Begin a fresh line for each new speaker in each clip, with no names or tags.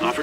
offer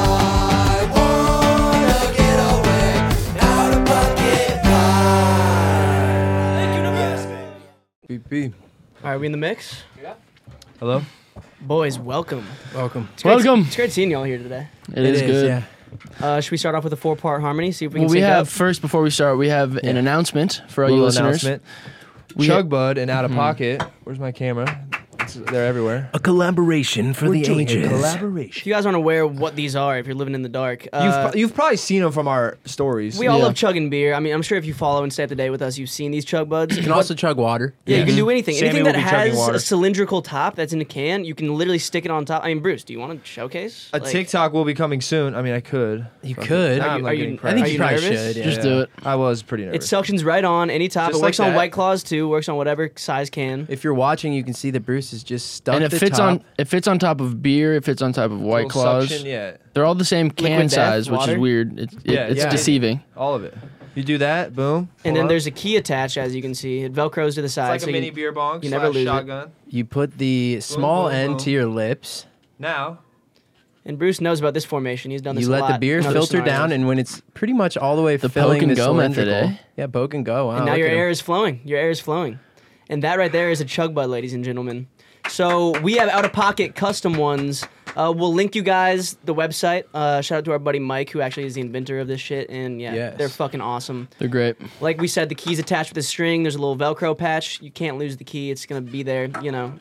BP.
Are we in the mix?
Hello.
Boys, welcome.
Welcome.
It's great-
Welcome.
It's great seeing y'all here today.
it is, good.
Yeah.
Uh, should we start off with a four-part harmony? See if we can
Well, we
sync up.
have first before we start, we have an announcement for all you
Little
listeners.
announcement.
We-
Chug Bud and Out of Pocket. Where's my camera? It's- they're everywhere.
A collaboration for the ages.
If you guys aren't aware what these are, if you're living in the dark, uh,
you've, pro- you've probably seen them from our stories.
we all
yeah.
love chugging beer. I mean, I'm sure if you follow and stay up to date with us, you've seen these chug buds.
You can also chug water.
yeah, you can do anything.
Sammy
anything
will
that
be chugging
has
water.
a cylindrical top that's in a can, you can literally stick it on top. I mean, Bruce, do you want to showcase?
a
Like,
TikTok will be coming soon. I mean, I could.
You
Fuck it.
could.
Nah,
Are
I'm
you-
not
are you- I
getting
I
credit.
think
Are
you
you
probably
nervous?
should. Yeah.
Just do it.
I was pretty
It
nervous.
suctions right on any top.
Just
it works
like
on
that.
White Claws too. Works on whatever size can.
If you're watching, you can see that Bruce is just stuck.
and it
the
fits
top.
on it fits on top of beer, it fits on top of white
Little
claws.
Suction, yeah.
They're all the same can
Liquid death,
size, which is
water.
weird. It's it,
Yeah,
it's
yeah.
deceiving.
All of it. You do that, boom.
and
pull
then
up.
there's a key attached, as you can see. It velcros to the
Uh,
It's
side.
like
so
a
you-
mini beer bong
you
slash
never lose it.
shotgun.
You put the small
boom,
end
boom.
to your lips.
Now,
And Bruce knows about this formation. He's done this.
You
a
let the
lot
beer
in other
filter down,
scenarios.
and when it's pretty much all the way
The
filling
poke and
the
go method,
cylindrical-
eh?
Yeah, poke and go. Wow.
And now
look
your
at him.
air is flowing. Your air is flowing. And that right there is a chug bud, ladies and gentlemen. So we have out of pocket custom ones. Uh, we'll link you guys the website. Uh, shout out to our buddy Mike, who actually is the inventor of this shit. And yeah,
Yes.
they're fucking awesome.
They're great.
Like we said, the key's attached with a string. There's a little Velcro patch. You can't lose the key. It's gonna be there. You know,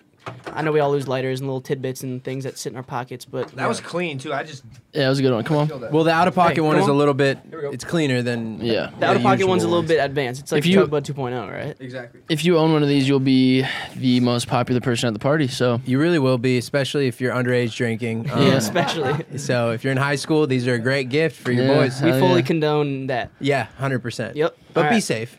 I know we all lose lighters and little tidbits and things that sit in our pockets, but
that was clean too. I just
Yeah, that was a good one. Come on.
Well, the out of pocket
Hey,
one
come
is a
on.
little bit.
we go.
It's cleaner than
Yeah.
the out of pocket
usual
one's a little
ones.
bit advanced. It's like
If you-
Chug Bud 2.0, right?
exactly.
If you own one of these, you'll be the most popular person at the party. So
You really will be, especially if you're underage drinking. Um,
Yeah.
Especially,
So if you're in high school, these are a great gift for your
Yeah.
boys.
we
Hell
fully
yeah.
condone that.
Yeah, hundred percent.
Yep.
But
All
be
right.
safe,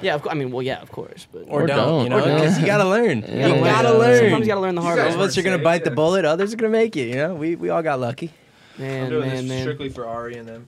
Yeah, of course. I mean, well, yeah, of course. But
or,
Or
don't, You know,
don't. Or
because you
don't.
gotta learn. You
gotta
gotta,
learn.
learn.
Sometimes you gotta learn the hard
Some
way.
of us are gonna
Safe,
bite the
yeah.
bullet. Others are gonna make it. You know, we we all got lucky.
Man,
doing this
man, man.
strictly for Ari and them.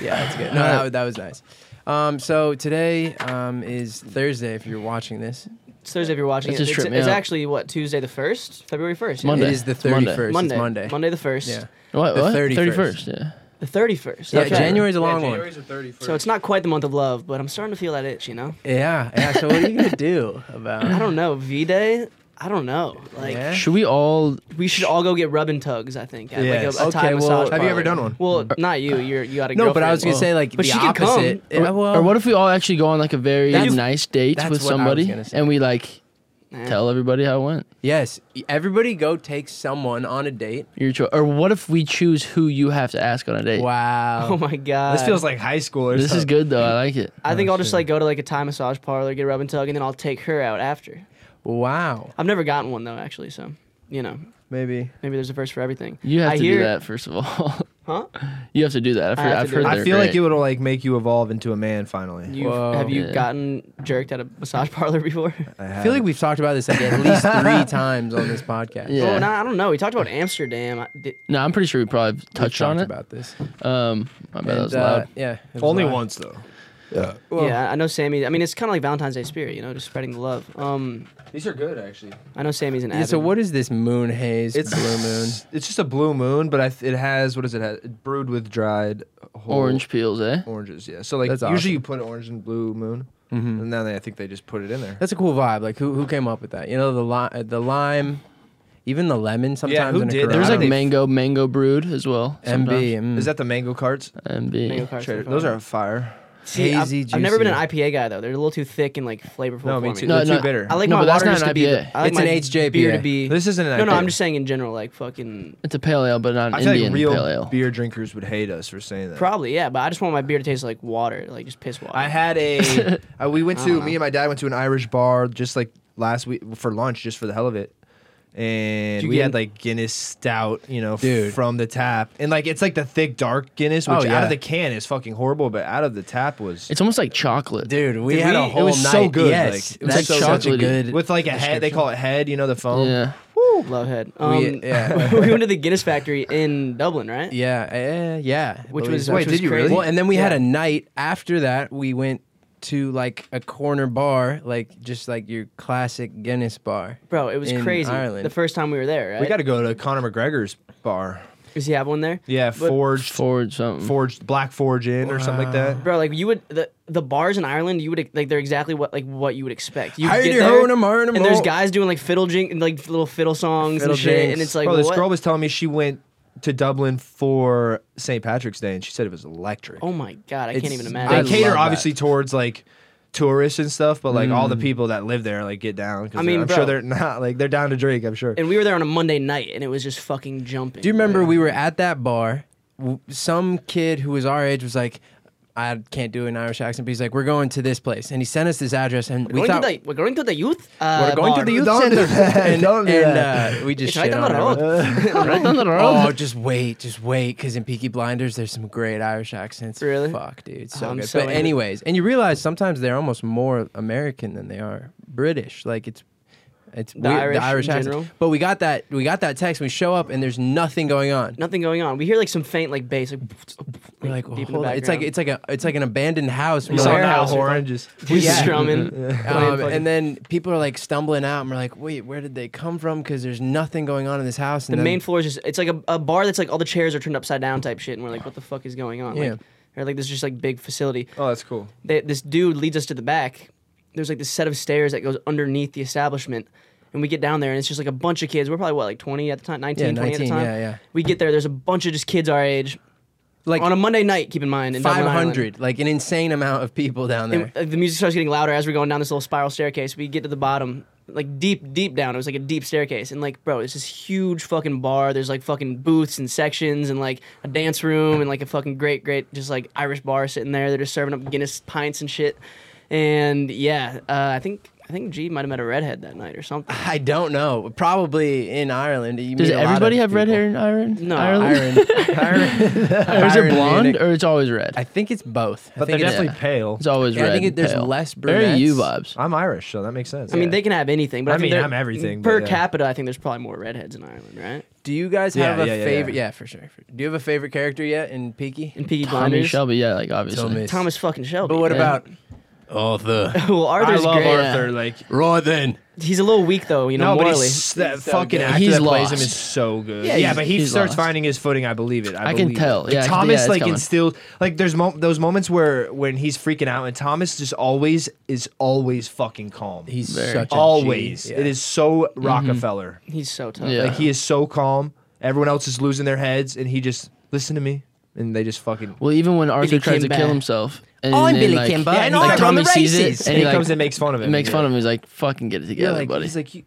Yeah, that's good. No, that, was- that was nice. Um, so today um, is Thursday. If you're watching this,
It's Thursday if you're watching
That
it.
just
It's,
tripped me
it's
out.
actually what Tuesday the first, February first.
Monday.
it is the
It's Monday.
31st.
Monday.
It's Monday.
the first.
Yeah.
what?
The
what?
31st.
Yeah.
The thirty first.
Yeah, January's a long one.
January's the 31st.
So it's not quite the month of love, but I'm starting to feel that itch. You know.
Yeah, yeah. So what are you gonna do
I
about?
don't know. V Day. I don't know. Like
Yeah.
Should we all?
we should all go get rub and tugs. I think. at,
Yes.
Like a, a Thai
Okay, well,
massage
have you
parlor.
ever done one?
Well, not you. You're you got a
No, but I was gonna
girlfriend.
say like
But
the
she could come.
opposite. Yeah, well,
or what if we all actually go on like a very
That's-
nice date
that's
with
what I was
somebody
gonna say.
and we like
Eh.
tell everybody how it went?
yes, everybody go take someone on a date.
Your choice. Or what if we choose who you have to ask on a date?
Wow.
Oh my god.
This feels like high school or
This is
something.
good though. I like it.
I think I'll just like go to like a Thai massage parlor, get a rub and tug, and then I'll take her out after.
Wow.
I've never gotten one though, actually. So, you know,
Maybe.
maybe there's a first for everything.
You have
I
to
hear,
do that first of all.
huh?
you have to do that. I've,
I have
heard-
to
I've
do
heard.
it.
I
they're
feel like
great.
it would like make you evolve into a man finally.
You
Whoa.
have you
Yeah.
gotten jerked at a massage parlor before?
I feel like we've talked about this like at least three times on this podcast.
Yeah.
Oh, no, I don't know. We talked about Amsterdam. I, did,
No, I'm pretty sure we probably
We've
touched on
talked
it.
about this.
Um, I bet that
And,
was
uh,
loud.
yeah. it was
Only
loud.
once though.
yeah, I know Sammy. I mean, it's kind of like Valentine's Day spirit, you know, just spreading the love. Um,
These are good actually.
I know Sammy's an.
Yeah, so
avid-
what is this moon haze?
It's
blue moon.
It's just a blue moon, but I th- it has what does it have? It brewed with dried whole
Orange peels, eh?
oranges. Yeah. So like
That's
usually
awesome.
you put orange and blue moon, mm-hmm. and now they, I think they just put it in there.
That's a cool vibe. Like who who came up with that? You know the li- uh, the lime, even the lemon sometimes
who
in a
did that?
Corona.
There's
How
like
do they-
mango, mango brewed as well.
MB.
sometimes.
mm.
Is that the mango carts?
Mango
MB.
cards
Trader-
so
Those
far.
are fire.
See, I've-
hazy,
I've, never been an
juicy.
IPA guy though. They're a little too thick and like flavorful. for
No, me too.
No,
They're
no,
too bitter.
I like
No,
my
but that's
water
not
just
an
to be.
IPA.
I like
It's
my
an HJBA.
beer to be.
This isn't an
No, no,
IPA.
I'm just saying in general, like fucking.
It's a pale ale, but not
I
an
feel
Indian
like real
pale ale.
beer drinkers would hate us for saying that.
Probably, yeah, but I just want my beer to taste like water, like just piss water.
I had a. uh, we went
I
to
don't
me
know.
and my dad went to an Irish bar just like last week for lunch, just for the hell of it.
Did
and
you
we
get
had
an-
like Guinness Stout, you know, f-
Dude.
from the tap, and like it's like the thick dark Guinness, which
Oh,
out
yeah.
of the can is fucking horrible, but out of the tap was
It's almost like chocolate.
Dude, we
Did
had a
we-
whole
it was
night.
so good,
Yes,
like, it was
that's
so
such a
chocolatey.
good
with like a head. They call it head, you know, the foam.
Yeah.
Love head. Um,
We-
we,
yeah.
went to the Guinness factory in Dublin, right?
Yeah, uh, yeah.
Which
believe
was-
that.
which Wait, was did you crazy. really?
Well, and then we had
Yeah.
a night after that. We went to like a corner bar, like just like your classic Guinness bar.
Bro, it was
in
crazy.
Ireland.
The first time we were there, right?
We got to go to Conor McGregor's bar.
Does he have one there?
Yeah,
But-
forged,
Forward something.
forged, black forge in or something like that.
Bro, like you would the the bars in Ireland, you would like they're exactly what like what you would expect. You
Hide
get
your
there,
own, I'm hiring 'em
and there's
all.
guys doing like fiddle jink and like little fiddle songs
Fiddle
and shit,
jinks.
and it's like
Bro, this
what?
girl was telling me she went to Dublin for St. Patrick's Day, and she said it was electric.
oh my god, I
It's-
can't even
they
I
imagine.
cater
love
obviously towards like tourists and stuff, but like all
Mm.
the people that live there like get down. 'cause
I mean,
I'm
bro.
sure they're not like they're down to drink. I'm sure.
and we were there on a Monday night, and it was just fucking jumping.
Do you remember we were at that bar? w- Some kid who was our age was like, I can't do an Irish accent, but he's like, we're going to this place, and he sent us this address, and we
We're going,
thought
to the, we're going to the youth. Uh,
we're going
bar.
to the youth
Don't do
center,
that.
and,
Don't do
and,
that.
uh, we just
It's
shit
right
on
down the
everyone.
road.
right down the road.
Oh, just wait, just wait, because in Peaky Blinders, there's some great Irish accents.
Really?
Fuck, dude, so
I'm
good.
so
but
into it.
anyways, and you realize sometimes they're almost more American than they are British. Like it's. It's
The
weird,
Irish
the Irish
in
accent.
general?
But we got that we got that text. We show up and there's nothing going on.
Nothing going on. We hear like some faint like bass, like,
We're like,
deep in the
hold on. It's like
background.
it's like a it's like an abandoned house. We
Yeah.
saw
Warehouse
now.
or something.
oranges.
He's
Yeah.
strumming.
Oh,
playing
Um,
fucking-
and then people are like stumbling out, and we're like, "Wait, where did they come from?" Because there's nothing going on in this house. And
the
then,
main floor is just it's like a, a bar that's like all the chairs are turned upside down type shit, and we're like, what the fuck is going on?
Yeah.
Like, or like this is just like big facility.
Oh, that's cool.
They, this dude leads us to the back. There's like this set of stairs that goes underneath the establishment. And we get down there, and it's just like a bunch of kids. We're probably what, like 20 at the time, 19,
Yeah,
20 at
19,
the time.
yeah, yeah.
We get there. There's a bunch of just kids our age
like
on a Monday night. Keep in mind, in Dublin, Ireland.
500, like an insane amount of people down there.
And uh, the music starts getting louder as we're going down this little spiral staircase. We get to the bottom, like deep, deep down. It was like a deep staircase, and like, bro, it's this huge fucking bar. There's like fucking booths and sections, and like a dance room, and like a fucking great, great, just like Irish bar sitting there. They're just serving up Guinness pints and shit. And yeah, uh, I think I think G might have met a redhead that night or something.
I don't know. Probably in Ireland. You
Does
meet a lot
everybody
of
have red
people.
hair in Ireland?
No,
Ireland?
Ireland. Ireland.
Or is it
Ireland,
blonde
Munich.
or it's always red?
I think it's both. I
But they're
think it's-
definitely pale.
it's always
Yeah, I
red.
think it-
and
there's
pale.
less
Very you
brunettes.
vibes.
I'm Irish, so that makes sense.
I mean, they can have anything, but I,
I
think
mean,
they're-
I'm everything, but
per
yeah.
capita. I think there's probably more redheads in Ireland, right?
Do you guys
Yeah,
have
yeah,
a
yeah,
favorite?
yeah.
Yeah. for sure. For- Do you have a favorite character yet in Peaky?
In Peaky
Tommy
Blinders,
Shelby, yeah, like obviously.
Thomas.
Thomas fucking Shelby.
But what
Yeah.
about Arthur?
well,
I
Arthur's
love
great.
Arthur. Like
right then.
He's a little weak though, you know,
no, but
morally.
he's, that fucking
good.
actor
He's
that plays him
lost.
is so good.
Yeah,
Yeah,
he's-
but he
he's
starts
lost.
finding his footing. I believe it. I,
I can
believe it.
tell.
Like,
Yeah, I can- yeah,
Thomas
it's
like
coming.
instilled like there's mo- those moments where when he's freaking out and Thomas just always is always fucking calm.
He's
Very.
such a
always.
G.
It
Yeah.
is so Rockefeller.
He's so tough.
Mm-hmm. Yeah.
Like he is so calm. Everyone else is losing their heads, and he just listen to me, and they just fucking.
Well, even when Arthur
Billy
tries to
Kimber.
kill himself, and
Oh,
I'm
then,
Billy
like,
Kimber, and
like,
I run
Tommy
the
sees
races.
it, and
he
he like,
comes and makes fun of him.
makes
yeah.
fun of him. He's like, "Fucking get it
Yeah,
together,
like,
buddy."
he's like, you,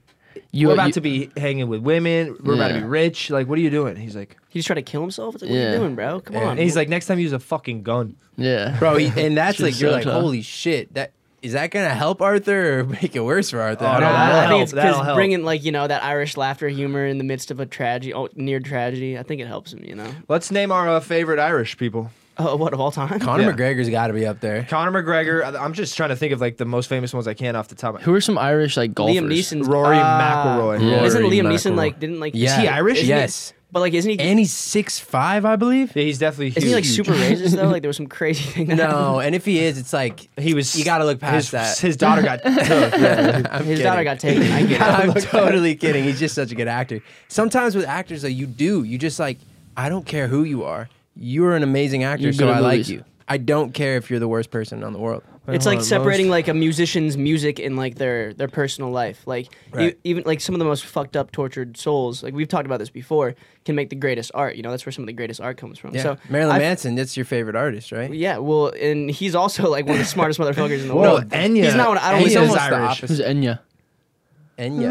you,
we're about
you-
to be hanging with women. We're about to be
Yeah.
rich. Like, what are you doing? He's like,
He just tried to kill himself. It's like, what are
Yeah.
you doing, bro? Come on.
and he's like, next time use a fucking gun.
yeah,
Bro, he, and that's
She's
like you're
so
like,
tough.
holy shit. That is that gonna help Arthur or make it worse for Arthur? I
Oh, no,
don't
that'll
know.
I, I think it's
help, that'll
because
help.
bringing like you know that Irish laughter humor in the midst of a tragedy, oh, near tragedy. I think it helps him. You know,
Let's name our uh, favorite Irish people.
oh, what of all time?
Conor
Yeah.
McGregor's got to be up there.
Conor McGregor. I- I'm just trying to think of like the most famous ones I can off the top. of my
Who are some Irish like golfers?
Liam Neeson's
Rory
Ah.
McIlroy.
Yeah.
Isn't
Rory
Liam Neeson
McIlroy.
like didn't like?
Yeah.
he Irish?
isn't he-
Yes.
but like, isn't he?
And he's six five, I believe.
Yeah, he's definitely. Huge.
isn't he like super racist though? Like there was some crazy thing. That
No, and if he is, it's like
He was.
You gotta look past
his,
that.
His daughter got. took.
happened. his daughter got taken. I get it.
I'm totally kidding. He's just such a good actor. Sometimes with actors though, you do. You just like, I don't care who you are. You're an amazing actor,
You're
so
good
I
at
like
movies.
you. I don't care if you're the worst person on the world.
It's
hold
like
on,
separating
most-
like a musician's music and like their their personal life. Like e-
Right.
even like some of the most fucked up, tortured souls. Like we've talked about this before. Can make the greatest art. You know that's where some of the greatest art comes from.
Yeah.
So
Marilyn
I-
Manson, that's your favorite artist, right?
Yeah, well, and he's also like one of the smartest motherfuckers in the
Well,
world.
Enya-
He's not. What, I don't.
Enya's
He's almost
Irish.
Irish.
Who's Enya?
Enya.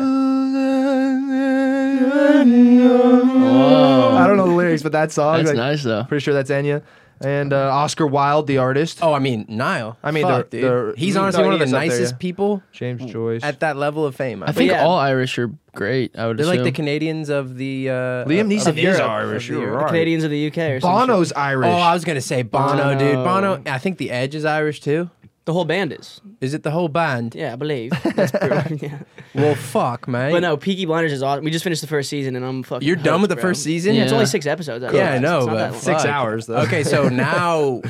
I don't know the lyrics, but that song.
That's
like,
nice though.
Pretty sure that's Enya. and uh, Oscar Wilde, the artist.
Oh, I mean Nile.
I mean,
Fuck,
they're-
dude.
they're-
he's
no,
honestly
he
one of the
is up there,
nicest
yeah.
people
James Joyce.
at that level of fame.
I think
yeah.
all Irish are great. I would
they're like
assume.
the Canadians of the uh,
Liam
of-
Neeson
of
is
Europe,
Irish,
of
you're
Europe.
right.
Canadians of the UK or something.
Bono's Irish.
Oh, I was gonna say Bono, dude.
Bono.
Bono. I think the Edge is Irish too.
The whole band is.
Is it the whole band?
Yeah, I believe. That's pretty, yeah.
Well, fuck, man.
But no, Peaky Blinders is awesome. We just finished the first season, and I'm fucking.
You're done
hooked,
with the
bro.
first season.
Yeah, it's only
Yeah.
six episodes.
Yeah,
I
I
realize.
know,
It's not
but
that long.
six
fuck.
hours though.
Okay, so now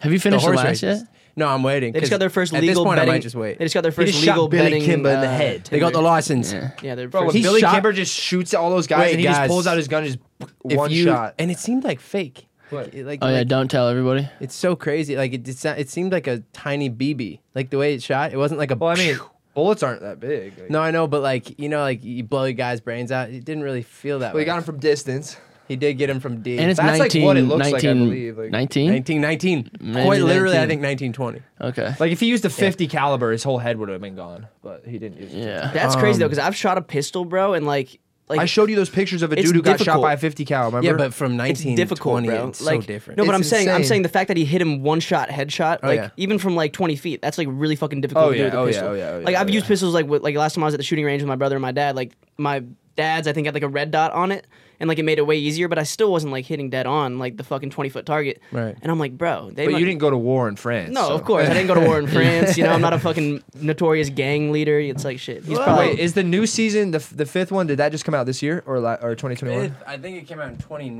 Have
the
you finished the,
horse
last
races.
yet?
No, I'm waiting.
They just
'cause
got their first
at
legal
this point,
betting.
I might just wait.
They just got their
He
first
just
legal
shot Billy
betting.
Kimba in the
uh,
head.
They got the license.
Yeah.
Yeah, they're
Bro, when
He
Billy
shot-
Kimber just shoots all those guys,
Wait,
and he
guys.
just pulls out his gun, and just
If
one
you-
shot.
and it seemed like fake. What? like,
Oh yeah,
like,
don't tell everybody.
it's so crazy. Like it, it, it seemed like a tiny BB. Like the way it shot, it wasn't like a.
well, I mean, bullets aren't that big. Like,
no, I know, but like you know, like you blow a guy's brains out. It didn't really feel that.
well,
way.
he got him from distance.
He did get him from D.
And it's
That's, like,
19,
what it looks like, I
19
believe, like-
19?
1919.
Maybe
Quite literally, I
19.
think 1920.
Okay.
Like if he used a 50 caliber, his whole head would have been gone. But he didn't use. it.
Yeah.
That's crazy though, because I've shot a pistol, bro, and like, like
Um, I showed you those pictures of a
It's
dude who got shot
difficult.
by a 50 cal. Remember?
Yeah, but from
it's
1920,
difficult, bro.
it's
like,
so different.
No, but
It's
I'm saying, I'm
insane.
saying the fact that he hit him one shot, headshot, like
yeah.
even from like 20 feet, that's like really fucking difficult
Oh,
to do
yeah,
with a
oh, yeah,
pistol.
oh, yeah, oh, yeah,
like I've
oh,
used pistols like with, like last time I was at the shooting range with my brother and my dad. Like my dad's, I think had like a red dot on it, and like it made it way easier. But I still wasn't like hitting dead on like the fucking 20 foot target.
Right.
And I'm like, bro, they.
But
might-
you didn't go to war in France.
No,
so.
of course I didn't go to war in France. You know, I'm not a fucking notorious gang leader. It's like shit. He's probably
Wait, is the new season the f- the fifth one? Did that just come out this year or la- or 2021?
I think it came out in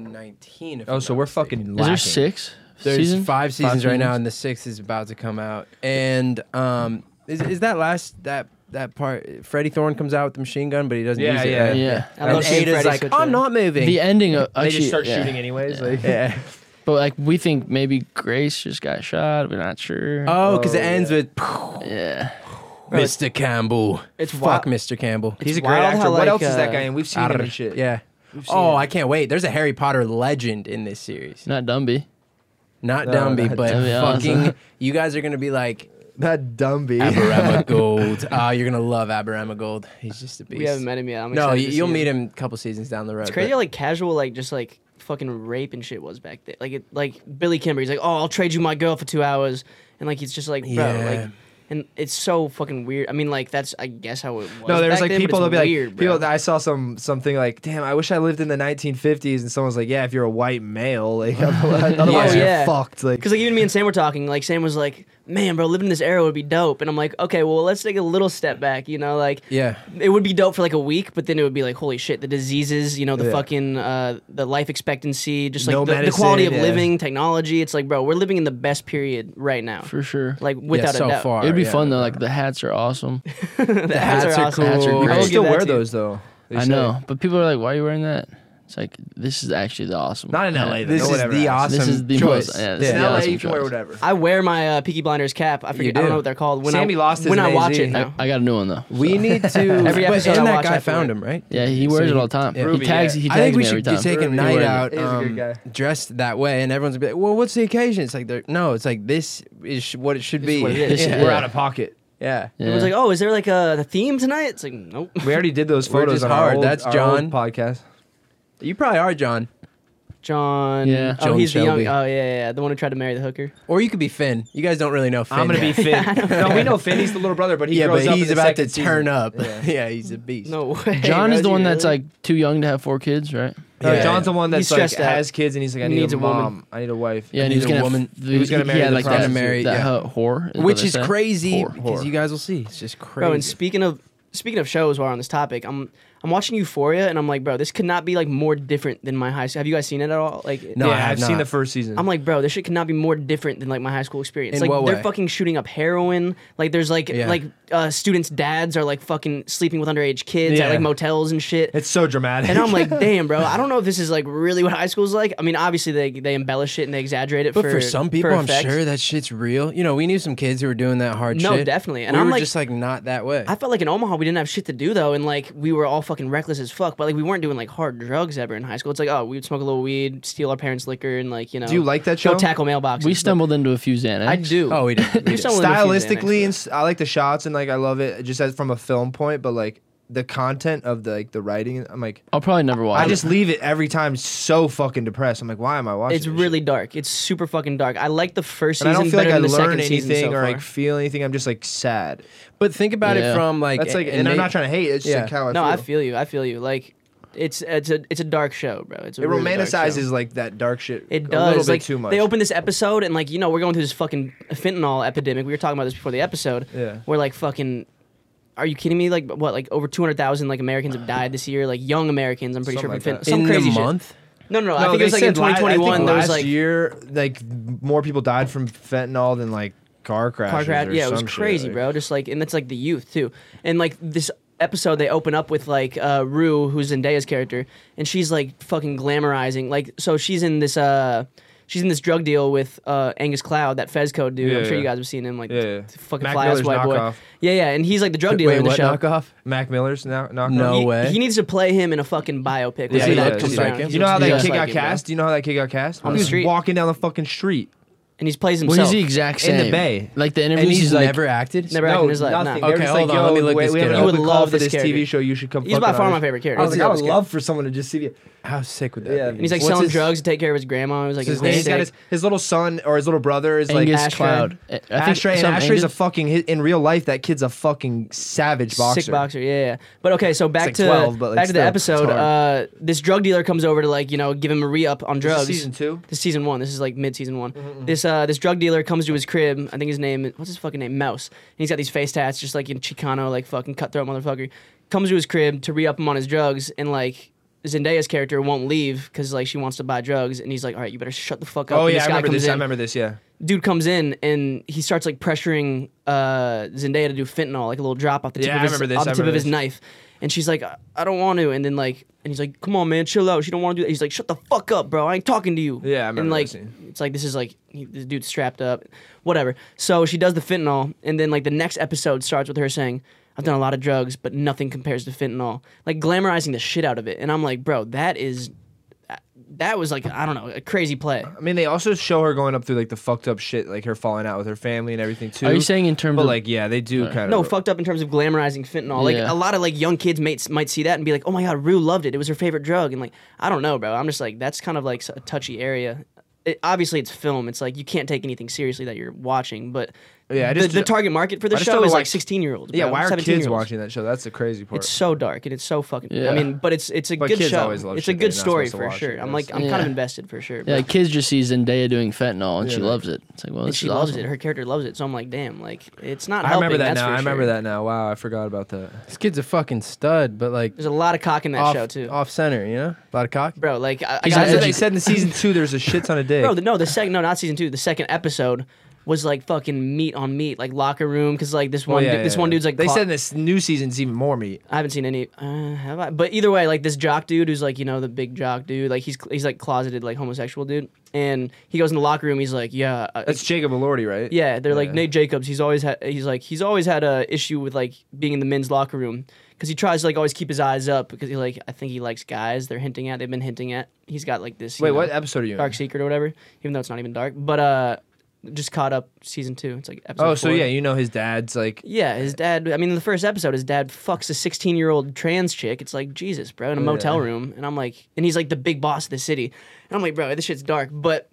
2019. If
Oh, so we're fucking.
Is there
lacking.
six?
There's
seasons?
five seasons right now, and the sixth is about to come out. And um, is, is that last that that part? Freddie Thorne comes out with the machine gun, but he doesn't
Yeah,
use it.
yeah,
right?
Yeah.
I love
And
seeing
Ada's
Freddy
like,
switch
I'm
it.
not moving.
The ending of
They
actually,
just start
yeah.
shooting anyways. Like,
yeah.
But like we think maybe Grace just got shot. We're not sure.
Oh, because it ends with
yeah.
Mr. Campbell.
It's
fuck,
wild-
Mr. Campbell.
He's a
It's
great
wild
actor.
how,
What
like,
else is
uh,
that guy in? We've seen him and shit.
Yeah. Oh, I can't wait. There's a Harry Potter legend in this series.
Not Dumby.
Not
No,
Dumby,
not
but
Dumby,
fucking.
awesome.
You guys are gonna be like
That dumby.
Aberamagold. Ah, you're gonna love Aberamagold. He's just a beast.
we haven't met him yet. I'm
no,
excited
you,
to
you'll
see him.
meet him a couple seasons down the road.
It's crazy
but-
how like casual, like just like fucking rape and shit was back then. Like it, like Billy Kimber, he's like, oh, I'll trade you my girl for two hours, and like he's just like, bro,
Yeah.
like, and it's so fucking weird. I mean, like that's I guess how it was.
No, there's
back
like
then, but
people
it's
that'll be like
weird, bro.
people. I saw some something like, damn, I wish I lived in the 1950s. And someone's like, yeah, if you're a white male, like
Yeah.
otherwise you're
Yeah.
fucked. Like,
Because like even me and Sam were talking, like Sam was like, "Man, bro, living in this era would be dope," and I'm like, "Okay, well, let's take a little step back, you know, like
Yeah.
it would be dope for like a week, but then it would be like, holy shit, the diseases, you know, the
Yeah.
fucking uh, the life expectancy, just like
No
the, the
medicine,
quality of
yeah.
living, technology. It's like, bro, we're living in the best period right now,
For sure.
like without
so
a doubt.
far.
It'd be
yeah.
fun though. Like the hats are awesome.
the,
hats are
awesome.
cool. Hats are
great.
I
I'll
will
give
still wear
to you.
those though. they
I
say.
know, but people are like, "Why are you wearing that?" It's like this is actually the awesome.
Not in
hat.
LA.
This
No,
is
whatever
the
happens.
awesome
This is the
choice.
most- yeah,
Yeah.
this is the
In LA,
awesome
you can wear
choice.
whatever.
I wear my uh, Peaky Blinders cap. I forget. I don't
do.
know what they're called. When
Sammy
I,
lost his
when I
in
watch it
AZ.
now.
I, I got a new one though.
We need to.
Every
but,
episode I
and that
watch,
guy
I
found
forget.
him, right?
Yeah, he wears
So
it all the time.
yeah.
he
Ruby,
tags.
yeah.
He tags
I think we
me every
should
time.
do take a
Ruby
night
wears it.
out
He's a
um,
good guy.
dressed that way, and everyone's gonna be like, "Well, what's the occasion?" It's like, they're- no, it's like this is sh- what it should be.
what it is.
Yeah.
Yeah.
We're out of pocket.
Yeah.
Yeah.
Everyone's like, "Oh, is there like a, a theme tonight?" It's like, nope.
We already did those
We're
photos
just
on our
hard.
old,
That's
our old
John.
podcast.
You probably are John,
John.
Yeah.
Oh,
Joan
he's the
Shelby.
young. Oh yeah, yeah, yeah, the one who tried to marry the hooker.
or you could be Finn. You guys don't really know Finn.
I'm gonna be
yet.
Finn. no, we know Finn. He's the little brother, but he
yeah,
grows
but
up in
he's
the
about to
second
turn
season.
up. Yeah. he's a beast.
No way.
John is
Rosie,
the one that's
really?
like too young to have four kids, right?
No,
Yeah.
John's the one
He's
that's like
stressed out.
has kids, and he's like, I
He
need
needs
a
a woman.
mom. I need a wife.
Yeah, and
he's
he's
a
gonna
woman.
He
was gonna marry
Yeah,
the
like that,
prostitute.
Marry-
that
yeah.
ho- whore, is what
which
they
is
say.
crazy
Whore.
because you guys will see. It's just crazy.
Bro, and speaking of speaking of shows while we're on this topic, I'm I'm watching Euphoria and I'm like, bro, this could not be like more different than my high school. Have you guys seen it at all? Like
No,
yeah,
I have
I've seen
not.
the first season.
I'm like, bro, this shit could not be more different than like my high school experience.
In
like
what
they're
way?
fucking shooting up heroin. Like there's like
Yeah.
like uh, students' dads are like fucking sleeping with underage kids at
Yeah.
like motels and shit.
it's so dramatic.
and I'm like, damn, bro. I don't know if this is like really what high school's like. I mean, obviously they they embellish it and they exaggerate it,
But for, some people, I'm
effect.
sure that shit's real. You know, we knew some kids who were doing that hard
No,
shit.
definitely. And
we
I'm
were
like-
just like not that way.
I felt like in Omaha we didn't have shit to do though, and like we were all fucking reckless as fuck. But like we weren't doing like hard drugs ever in high school. It's like oh, we would smoke a little weed, steal our parents' liquor, and like you know.
Do you like that
Go
show?
tackle mailboxes.
We
but-
stumbled into a few Xanax.
I do.
oh, we did.
You
We did.
stumbled into a few Xanax,
stylistically, and s- I like the shots, and like I love it just as from a film point, but like the content of the like the writing. I'm like,
I'll probably never watch.
I just
it.
leave it every time. So fucking depressed. I'm like, why am I watching?
It's
this
really dark. It's super fucking dark. I like the first
shit? And
season
I don't feel like
better
I
than the
learn
second season so
anything or
far.
like feel anything. I'm just like sad.
But think about
Yeah.
it from like
That's like,
a-
and, I'm
ma-
not trying to hate. It's just
Yeah.
like how I
no,
feel.
I feel you. I feel you. Like it's it's a it's a dark show, bro. It's a
it
really dark show.
romanticizes like that dark shit.
It
a
does.
little bit
like,
too much.
They opened this episode and like you know we're going through this fucking fentanyl epidemic. We were talking about this before the episode.
Yeah.
We're like fucking. Are you kidding me? Like what? Like over two hundred thousand like Americans have died this year. Like young Americans, I'm pretty
Something
sure. from
like that.
fent- some
in
crazy
the
shit.
month.
No, no, no. I
No,
think it was
they
like in
said la- I think
2021. There was
last
like
year, like more people died from fentanyl than like car crashes.
car crash.
or
Yeah, it was
some shit,
crazy,
like-
bro. Just like, and that's like the youth too. And like this episode, they open up with like uh, Rue, who's Zendaya's character, and she's like fucking glamorizing. Like, so she's in this. uh She's in this drug deal with uh, Angus Cloud, that Fezco dude.
Yeah,
I'm sure
yeah.
you guys have seen him, like
Yeah, yeah.
fucking
Mac
fly ass
Miller's
white boy.
knockoff.
Yeah, yeah, and he's like the drug dealer
Wait,
in the
what
show.
knockoff?
Mac Miller's now. Knock
No
He,
way.
he needs to play him in a fucking
Is
biopic. whenever
he
that
look
comes
just like
around.
him?
You know how
Yeah.
that
Just
kid
like
got
it, bro.
cast? Do you know how that kid got cast?
On the
he was
street.
walking down the fucking street.
and he plays
Well,
himself.
he's the exact
In
same
the Bay.
Like the
And
interviews,
he's,
he's like,
never acted.
Never acted in his life. nah.
nothing.
Okay,
They're just
hold
like,
on,
Yo,
let me look
we,
this
we have
kid
an
up. You
would
open
love
call for
this
this TV
character.
show. You should come.
He's
fucking
by far
on
my
it.
favorite character.
I was like, I would
He's-
love for someone to just see me.
How sick would that
Yeah,
be?
and he's like
What's
selling
his-
drugs to take care of his grandma. He was like,
his
really
name?
He's got
sick.
his, his little son or his little brother is like
Angus
Ashtray.
Cloud. I think
Ashtray and
some
Ashtray's a
Angus-
fucking hi- in real life. That kid's a fucking savage boxer.
Sick boxer, yeah, yeah. But okay, so back
like
to
12, but, like,
back to the
still, it's
episode.
hard.
Uh, this drug dealer comes over to like you know give him a re up on
is
drugs.
season two? Mm-hmm,
This is season one. This is like mid season one. This uh this drug dealer comes to his crib. I think his name what's his fucking name Mouse. And he's got these face tats, just like in Chicano, like fucking cutthroat motherfucker. Comes to his crib to re up him on his drugs, and like. Zendaya's character won't leave because like she wants to buy drugs, and he's like, "All right, you better shut the fuck up."
Oh
And
yeah,
this
I
guy
remember
comes
this.
in
I remember this. Yeah.
dude comes in and he starts like pressuring uh, Zendaya to do fentanyl, like a little drop off the tip
Yeah, I
of his,
remember this,
off the
I
tip of
remember
his
this.
knife, and she's like, "I- "I don't want to," and then like, and he's like, "Come on, man, chill out. She don't want to do that." He's like, "Shut the fuck up, bro. I ain't talking to you."
Yeah, I
and
remember
like,
that scene.
it's like this is like he, this dude's strapped up, whatever. So she does the fentanyl, and then like the next episode starts with her saying. I've done a lot of drugs, but nothing compares to fentanyl. Like glamorizing the shit out of it, and I'm like, bro, that is, that was like, I don't know, a crazy play.
I mean, they also show her going up through like the fucked up shit, like her falling out with her family and everything too.
Are you saying in terms
But
of-
like, yeah, they do kind of.
No, fucked up in terms of glamorizing fentanyl. Like
Yeah.
a lot of like young kids might might see that and be like, "Oh my god, Rue loved it. It was her favorite drug." And like, I don't know, bro. I'm just like, that's kind of like a touchy area. It, obviously, it's film. It's like you can't take anything seriously that you're watching. But
Yeah, I
the,
just-
the target market for the
I just don't
show
know
is
why-
like 16 year olds.
Yeah,
bro,
why are
17
kids
-year-olds.
watching that show? That's the crazy part.
It's so dark and it's so fucking. I
Yeah.
mean, but it's it's a
But
good
kids
show.
always love
it's a
shit
good
they're not
story
supposed to
for
watch
sure.
it.
I'm
That's-
like, I'm kind
Yeah.
of invested for sure.
yeah,
bro.
like, kids just see Zendaya doing fentanyl and she loves it. It's like, well,
And
this
she
is
loves
awesome.
it. Her character loves it. So I'm like, damn, like it's not.
I remember
helping,
that
that's
now.
for
I remember
sure.
that now. Wow, I forgot about that.
This kid's a fucking stud, but like
There's a lot of cock in that
off,
show too.
off center, you know, a lot of cock.
Bro, like I, I
He's
gotta
an
That's
say,
what
edu-
they said in season two. There's a shit ton of dick.
Bro, the, no, the second, no, not season two. The second episode was like fucking meat on meat, like locker room, because like this
Well,
one,
Oh, yeah,
du- this
yeah,
one
yeah.
dude's like.
They
caught-
said in this new season's even more meat.
I haven't seen any. Uh, have I? But either way, like this jock dude who's like you know the big jock dude, like he's he's like closeted like homosexual dude, and he goes in the locker room. He's like, yeah, uh,
That's Jacob Elordi, right?
yeah, they're like Nate Jacobs. He's always had. He's like he's always had a issue with like being in the men's locker room because he tries to like always keep his eyes up because he like I think he likes guys. They're hinting at. They've been hinting at. He's got like this. you
Wait,
know,
what episode are you in?
Dark Secret or whatever, even though it's not even dark. But uh, just caught up season two. It's like episode.
Oh, so
four.
yeah, you know his dad's like.
Yeah, his dad. I mean, in the first episode, his dad fucks a 16 year old trans chick. It's like, Jesus, bro, in a motel room. And I'm like, and he's like the big boss of the city. And I'm like, bro, this shit's dark. But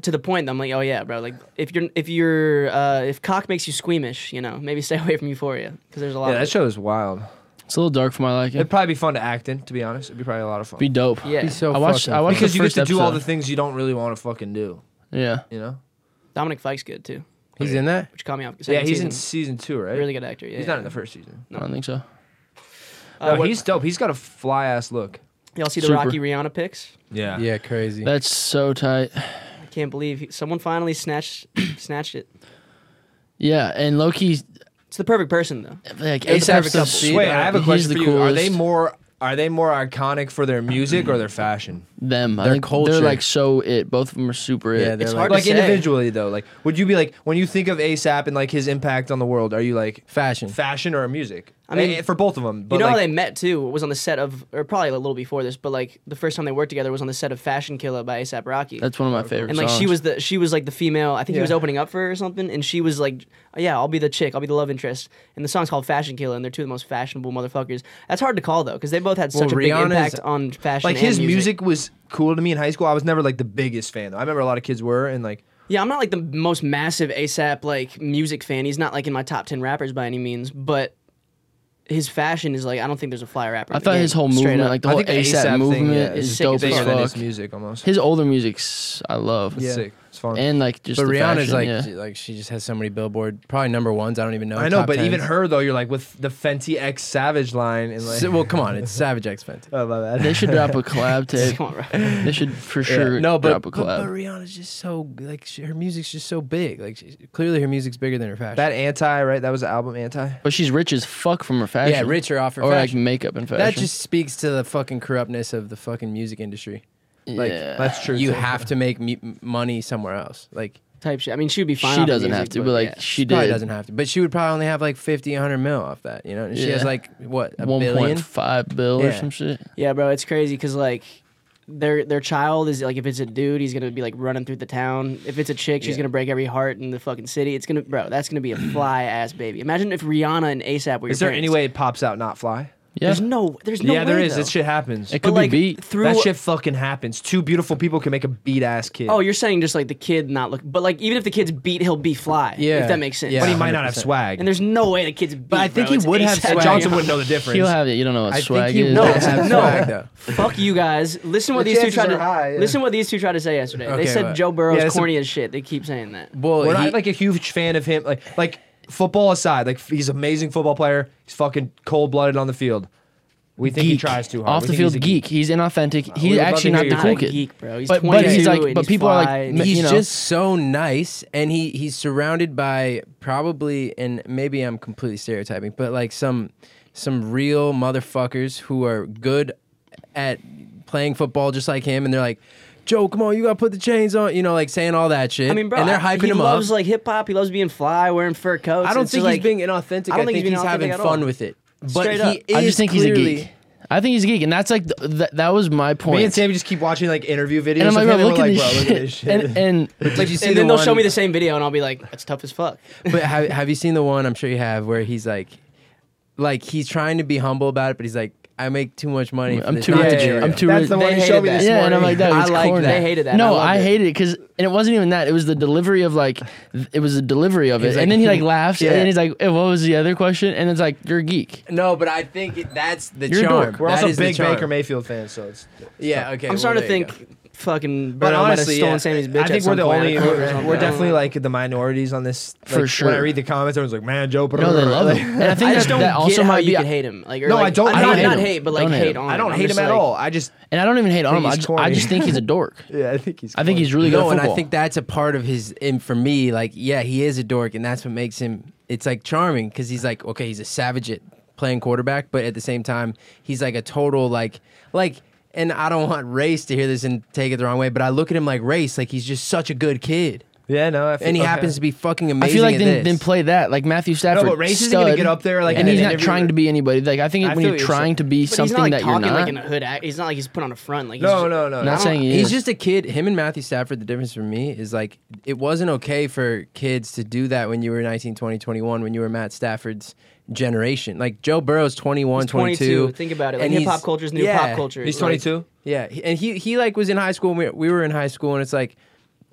to the point, I'm like, oh yeah, bro. Like, if you're, if you're, uh, if cock makes you squeamish, you know, maybe stay away from Euphoria because there's a lot
Yeah,
of
that
it.
show is wild.
It's a little dark for my liking.
It'd probably be fun to act in, to be honest. It'd be probably a lot of fun.
Be dope.
Yeah. Be so
I watched.
fucking
I watched
because
the
you get
first
to do all the
episode.
things you don't really want to fucking do.
Yeah.
You know?
Dominic Fike's good too,
He's in that.
which caught me off. second
Yeah, he's in
season.
season two, right?
Really good actor. Yeah, Uh,
He's not in the first season.
I don't think so.
No,
what-
he's dope. He's got a fly ass look.
Y'all see the
Super.
Rocky Rihanna pics?
Yeah, crazy.
That's so tight.
I can't believe he, someone finally snatched snatched it.
Yeah, and Loki,
It's the perfect person though.
like
They're the
ASAP
perfect couple.
uh,
stuff.
Wait, I have a
he's
question
the
for you. Are they
coolest.
more are they more iconic for their music or their fashion?
them. I
Their
think
culture.
They're like so it. Both of them are super it.
Yeah, they're
It's-
like,
Like,
to say.
individually though, like would you be like when you think of ASAP and like his impact on the world, are you like
Fashion.
fashion or music?
I mean,
Eh, for both of them. But
you know
like,
how they met too? Was on the set of, or probably a little before this, but like the first time they worked together was on the set of Fashion Killer by ASAP Rocky.
that's one of my favorite.
and like she
songs.
was the she was like the female. I think he was
Yeah.
opening up for her or something, and she was like, "Yeah, I'll be the chick. I'll be the love interest." And the song's called "Fashion Killer," and they're two of the most fashionable motherfuckers. That's hard to call though, because they both had such a big
Rihanna's-
impact on fashion.
like
and
his music. was cool to me in high school. I was never like the biggest fan though. I remember a lot of kids were and like
Yeah, I'm not like the most massive ASAP like music fan. He's not like in my top ten rappers by any means, but his fashion is like I don't think there's a fly rapper.
I
in the
thought
game,
his whole
straight
movement,
up.
like the
I
whole
think the ASAP
ASAP
thing,
movement,
yeah,
is
is
sick as
dope as
bigger
fuck.
than his
fuck.
music almost.
His older music's I love.
It's sick. It's fun.
And like just
But
the
Rihanna's
fashion,
like,
yeah.
she- like she just has so many Billboard, probably number ones. I don't even know.
I know,
top
but
10s.
even her though, you're like with the Fenty X Savage line and like
S- well, come on, it's Savage X Fenty.
oh my bad.
They should drop a collab tape.
Come on, bro.
They should for sure
no, but,
drop a
but,
collab.
but Rihanna's just so like she, her music's just so big. Like she, clearly her music's bigger than her fashion.
that anti right? That was the album anti.
But she's rich as fuck from her fashion.
Yeah, richer off her
or
fashion.
like makeup and fashion.
that just speaks to the fucking corruptness of the fucking music industry. Like
Yeah.
That's true.
you
too.
have to make me- money somewhere else. Like
type shit. I mean, she'd be fine.
she
off the
doesn't
music,
have to, but like
yeah.
she
probably
did.
doesn't have to, but she would probably only have like 50, 100 mil off that. You know, and she has
Yeah.
like what a
One
billion.
point five bill or
Yeah.
some shit.
Yeah, bro, it's crazy because like their their child is like if it's a dude, he's gonna be like running through the town. If it's a chick, she's gonna break every heart in the fucking city. It's gonna, bro, that's gonna be a fly ass baby. Imagine if Rihanna and ASAP were.
Is
your
there any
parents.
way it pops out not fly?
Yeah,
There's no. There's no.
yeah, there
way,
is.
Though.
This shit happens.
it could
but, like,
be beat.
through
that shit fucking happens. Two beautiful people can make a beat ass kid.
Oh, you're saying just like the kid not look, but like even if the kid's beat, he'll be fly.
Yeah.
if that makes sense.
Yeah.
but he might not have
100%.
swag.
And there's no way the kid's beat.
But I think
bro.
he
It's
would have
A$AP.
swag.
Johnson wouldn't know the difference.
He'll have it. You don't know what
I
swag
think you
is.
no,
No,
have
no.
swag though.
Fuck you guys. Listen what
The
these two
chances
tried to
are high, yeah.
listen what these two tried to say yesterday.
Okay,
they said
but-
Joe Burrow's
Yeah, it's a-
corny as shit. They keep saying that.
Well,
We're
he-
not like a huge fan of him. Like like football aside, like he's an amazing football player. He's fucking cold blooded on the field. We think he
Geek.
tries too hard.
Off
We
the
think he's
field
a
geek. He's inauthentic.
would
he's
love
actually
to
not
hear
the
your
Not a
cool kid.
geek, bro. He's
But- but he's
22
like-
and
but
he's
people are like,
fly.
ma-
he's
you know.
just so nice and he he's surrounded by probably and maybe I'm completely stereotyping, but like some some real motherfuckers who are good at playing football just like him and they're like, Joe, come on, you gotta put the chains on, you know, like saying all that shit.
I mean, bro,
and they're
I-
hyping
he
him
loves
up.
like hip hop. He loves being fly, wearing fur coats.
I don't
It's
think he's
just, like,
being inauthentic. I,
I
think,
don't think he's being
he's, having
inauthentic at
fun
all.
with it. But
Straight
he
up.
is
I just think he's a
clearly-
geek. I think he's a geek, and that's like th- that. That was my point.
Me and Sammy just keep watching like interview videos.
and I'm
of
like,
him,
bro,
and
look
we're
at
like,
this
bro, look at this
shit.
shit.
And and
Did you see
And then
the
they'll show
one-
me the same video, and I'll be like, "That's tough as fuck."
But have, have you seen the one? I'm sure you have, where he's like, like he's trying to be humble about it, but he's like, I make too much money. for
I'm
this
too
not
rich.
to do it."
I'm too
That's
rich.
the
They
one he
hated
showed me this
that.
yeah,
morning.
and I'm like, that
I
was
liked
corny.
that. They hated that.
No,
I loved
I,
it.
hated it because, and it wasn't even that. It was the delivery of like, th- it was the delivery of it,
was like,
and then he like
"Hmm,
laughs,
yeah."
and then he's like, "Eh, "What was the other question?" And it's like, "You're a geek."
No, but I think it, that's the
You're a
charm.
dork.
We're
That
also
is the
big
charm.
Baker Mayfield fans, so it's.
Yeah, okay.
I'm
well,
starting to
there you go.
think fucking
But
Burrow
honestly,
might
yeah,
have stolen Sammy's bitch.
I think
at some
we're the
point.
only.
I don't know.
We're, we're definitely like the minorities on this.
For
like, When I
sure.
read the comments, everyone's like, "Man, Joe."
No, they love it, and I think
I
that,
just don't
that also
get how
might
you
be.
can hate him. Like, or,
No, I
like,
don't
Not,
hate him.
not hate, but like
Don't hate
hate,
him.
on.
I
him.
don't
I'm
hate him
just
at
like-
all. I just.
And I don't even hate on him.
he's
I just, I
corny.
just think he's a dork.
Yeah, I think he's.
I think
corny.
he's really good
No,
at
and I
football.
think that's a part of his. And for me, like, yeah, he is a dork, and that's what makes him. It's like charming because he's like, okay, he's a savage at playing quarterback, but at the same time, he's like a total like, like. And I don't want race to hear this and take it the wrong way, but I look at him like race, like he's just such a good kid,
Yeah, no. I feel,
and he
okay.
happens to be fucking
I
amazing.
feel like
at
then,
this.
then play that like Matthew Stafford.
but Race isn't gonna
stud,
get up there, like,
and
in
he's
an
not
interview.
trying to be anybody. Like I think
I feel
when you're
what you're
trying
saying.
to be
But he's
something
not like
that you're
talking
not.
like in a hood act. He's not like he's put on a front. Like he's
No,
just-
no, no.
not
no.
saying he
He's
is.
just a kid. Him and Matthew Stafford, the difference for me is like it wasn't okay for kids to do that when you were 19, 20, 21, when you were Matt Stafford's generation. Like Joe Burrow's 21,
He's 22.
22.
Think about it. Like
and
hip
he's-
hop culture is new
yeah,
pop culture.
He's
Like,
22.
Yeah. He- And he, he like was in high school. and We, we were in high school, and it's like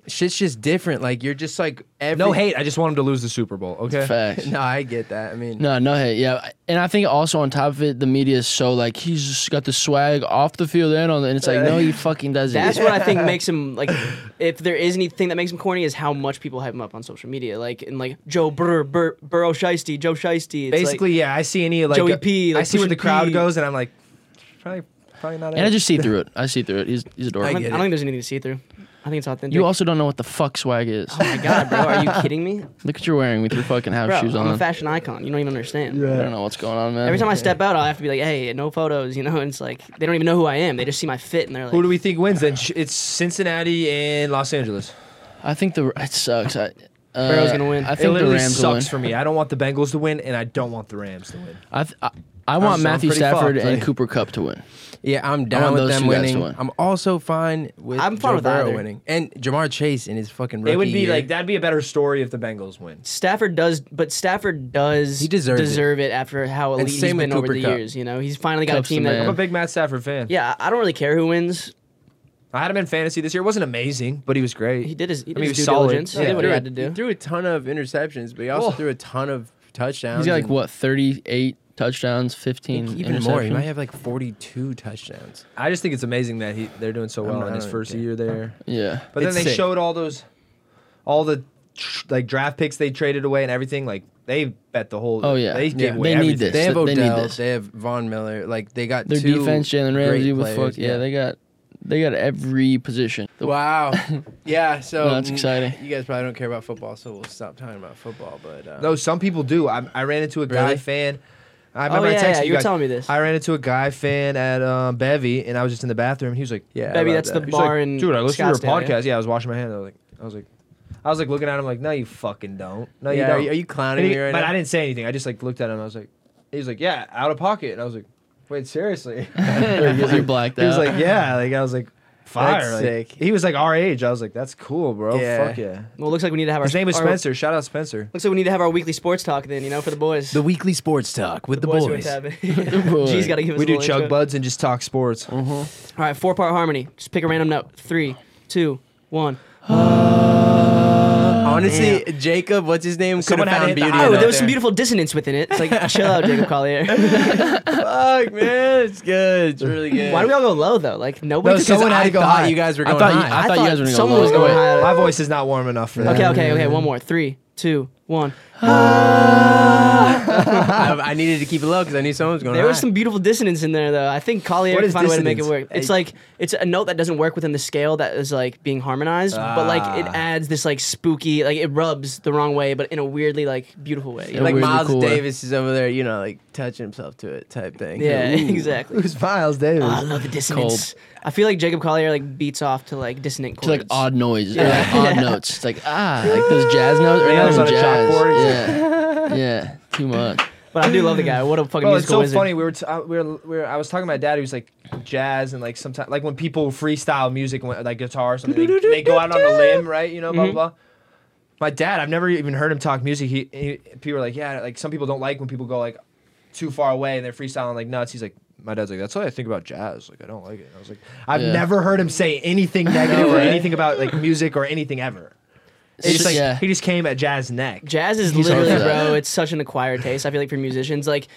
shit's just different. Like you're just like every.
No hate. I just want him to lose the Super Bowl. Okay.
Facts.
No, I get that. I mean,
No, no hate. Yeah, and I think also on top of it, the media is so like he's just got the swag off the field and on, the, and it's like no, he fucking doesn't.
That's what I think makes him like. If there is anything that makes him corny, is how much people hype him up on social media. Like and like Joe Burr, Burr Burrow Shiesty, Joe Shiesty. It's
Basically, yeah. I see any like.
Joey P,
I
like
see where
Pusha
the crowd
P.
goes, and I'm like, probably, probably not.
and I
it.
just see through it. I see through it. He's he's a dork.
like, I,
get
don't, I
it.
don't think there's anything to see through. I think it's authentic.
You also don't know what the fuck swag is.
oh my god, bro, are you kidding me?
Look what you're wearing with your fucking house
Bro,
shoes on.
I'm a fashion icon. You don't even understand.
I don't know what's going on, man.
Every time I step out, I have to be like, "Hey, no photos," you know. And it's like they don't even know who I am. They just see my fit and they're like,
Who do we think wins then? Sh- It's Cincinnati and Los Angeles.
I think the it sucks. I, uh,
Burrow's gonna win.
I
It
think the
literally
Rams
sucks
will win.
for me. I don't want the Bengals to win, and I don't want the Rams to win.
I, th- I, I want
sound
Matthew
pretty
Stafford
fucked,
and
like-
Cooper Cup to win.
Yeah, I'm down
want
with
those
them
two guys to
winning.
win.
I'm also fine with
I'm fine
Joe
with
Burrow
either.
winning and Jamar Chase in his fucking rookie
It would be
year.
like that'd be a better story if the Bengals win.
Stafford does, but Stafford does
He deserves it.
deserve it. after how elite he's
same with
been over
Cooper
the
Kupp.
years. You know, he's finally got
Kupp's
a team
the
that.
man.
I'm a big Matt Stafford fan.
Yeah, I don't really care who wins.
I had him in fantasy this year. It wasn't amazing, but he was great.
He did his, he did
mean,
his
he was
due
solid.
diligence.
Yeah.
He did what he
threw a-
had to do.
threw a ton of interceptions, but he also
Oh.
threw a ton of touchdowns.
He's got like
and
what 38 touchdowns, 15
Even more. He
interceptions?
might have like 42 touchdowns.
I just think it's amazing that he they're doing so well
not-
in
I
his
don't
first
care.
year there.
yeah.
But
It's
then they
sick.
showed all those, all the tr- like draft picks they traded away and everything. Like they bet the whole.
Oh, yeah.
they
Yeah.
gave away
They need
everything.
this.
They have
They
Odell.
need
They,
this.
have Von Miller. Like they got
Their
two
defense, Jalen
great
Ramsey was
players,
fucked. Yeah, they got they got every position. The-
Wow. Yeah. So mm,
No, that's exciting.
You guys probably don't care about football, so we'll stop talking about football. But uh,
No, some people do. I, I ran into a guy
Really?
fan. I remember
Oh, yeah,
I texted
yeah,
you,
you were
guys.
telling me this.
I ran into a guy fan at um, Bevy, and I was just in the bathroom. And he was like, "Yeah,
Bevy,
about
that's the
that." He was like,
bar in
Dude, I listened to your
Scottsdale, yeah?
podcast. Yeah, I was washing my hands. I was like, I was like, I was like looking at him like, no, you fucking don't. No,
Yeah,
you
are
don't.
you- are you clowning
And
me
he-
right
But
now?
I didn't say anything. I just like looked at him. I was like, he was like, yeah, out of pocket. And I was like, wait, seriously?
You're blacked out.
He was like, yeah. Like I was like, fire.
That's
like,
sick.
He was like our age. I was like, that's cool, bro.
Yeah.
Fuck yeah.
Well, it looks like we need to have our
His name is
our-
Spencer. Shout out Spencer.
Looks like we need to have our weekly sports talk then. You know, for the boys.
the weekly sports talk with the,
who
boys.
it's having. G's got to give us.
We
a
do
little
chug
intro.
buds and just talk sports.
All right, four part harmony. Just pick a random note. Three, two, one.
Honestly, Jacob, what's his name? Could
Someone
have
had
found
to hit the
beauty. in
high
Oh,
note
that
there was some
there.
beautiful dissonance within it. It's like chill out, Jacob Collier.
Fuck, man, it's good. It's really good.
Why do we all go low though? Like nobody.
No,
took
someone
I
had to go
thought
high.
you guys were
I
going
thought, you,
high.
I, thought you guys were gonna
someone
go
was
low.
going high.
My voice is not warm enough for that.
Okay, okay, okay. One more. Three, two, one.
I, I needed to keep it low because I knew someone was going.
There
high.
was some beautiful dissonance in there, though. I think Collier
What
can
is
find a way to make it work.
dissonance?
It's like it's a note that doesn't work within the scale that is like being harmonized, but like it
Ah.
adds this like spooky, like it rubs the wrong way, but in a weirdly like beautiful way.
Yeah,
like
Weirdly
Miles
uh,
cool.
Davis is over there, you know, like touching himself to it type thing.
yeah, exactly. Uh,
Who's Miles Davis?
I love the dissonance. I feel like Jacob Collier like beats off to like dissonant
To
chords.
like odd noise or like odd notes. It's like ah, like those jazz notes. Or
Yeah,
not
it's
even
on a
jazz.
chalkboard.
Yeah, yeah, too much.
But I do love the guy. What a fucking
Bro, it's
musical
so
wizard.
funny. We were, t- I, we were, we were, I was talking to my dad. He was like jazz and like sometimes, like when people freestyle music, when- like guitar or something, they, they go out on a limb, right? You know,
Mm-hmm.
blah, blah, blah. My dad, I've never even heard him talk music. He, he people are like, yeah, like some people don't like when people go like too far away and they're freestyling like nuts. He's like, my dad's like, that's what I think about jazz. Like, I don't like it. And I was like, I've
Yeah.
never heard him say anything negative or anything about like music or anything ever. It's
just-
just like
yeah.
he just came at jazz neck.
Jazz is
He's
literally,
hard for that.
bro. It's such an acquired taste. I feel like for musicians, like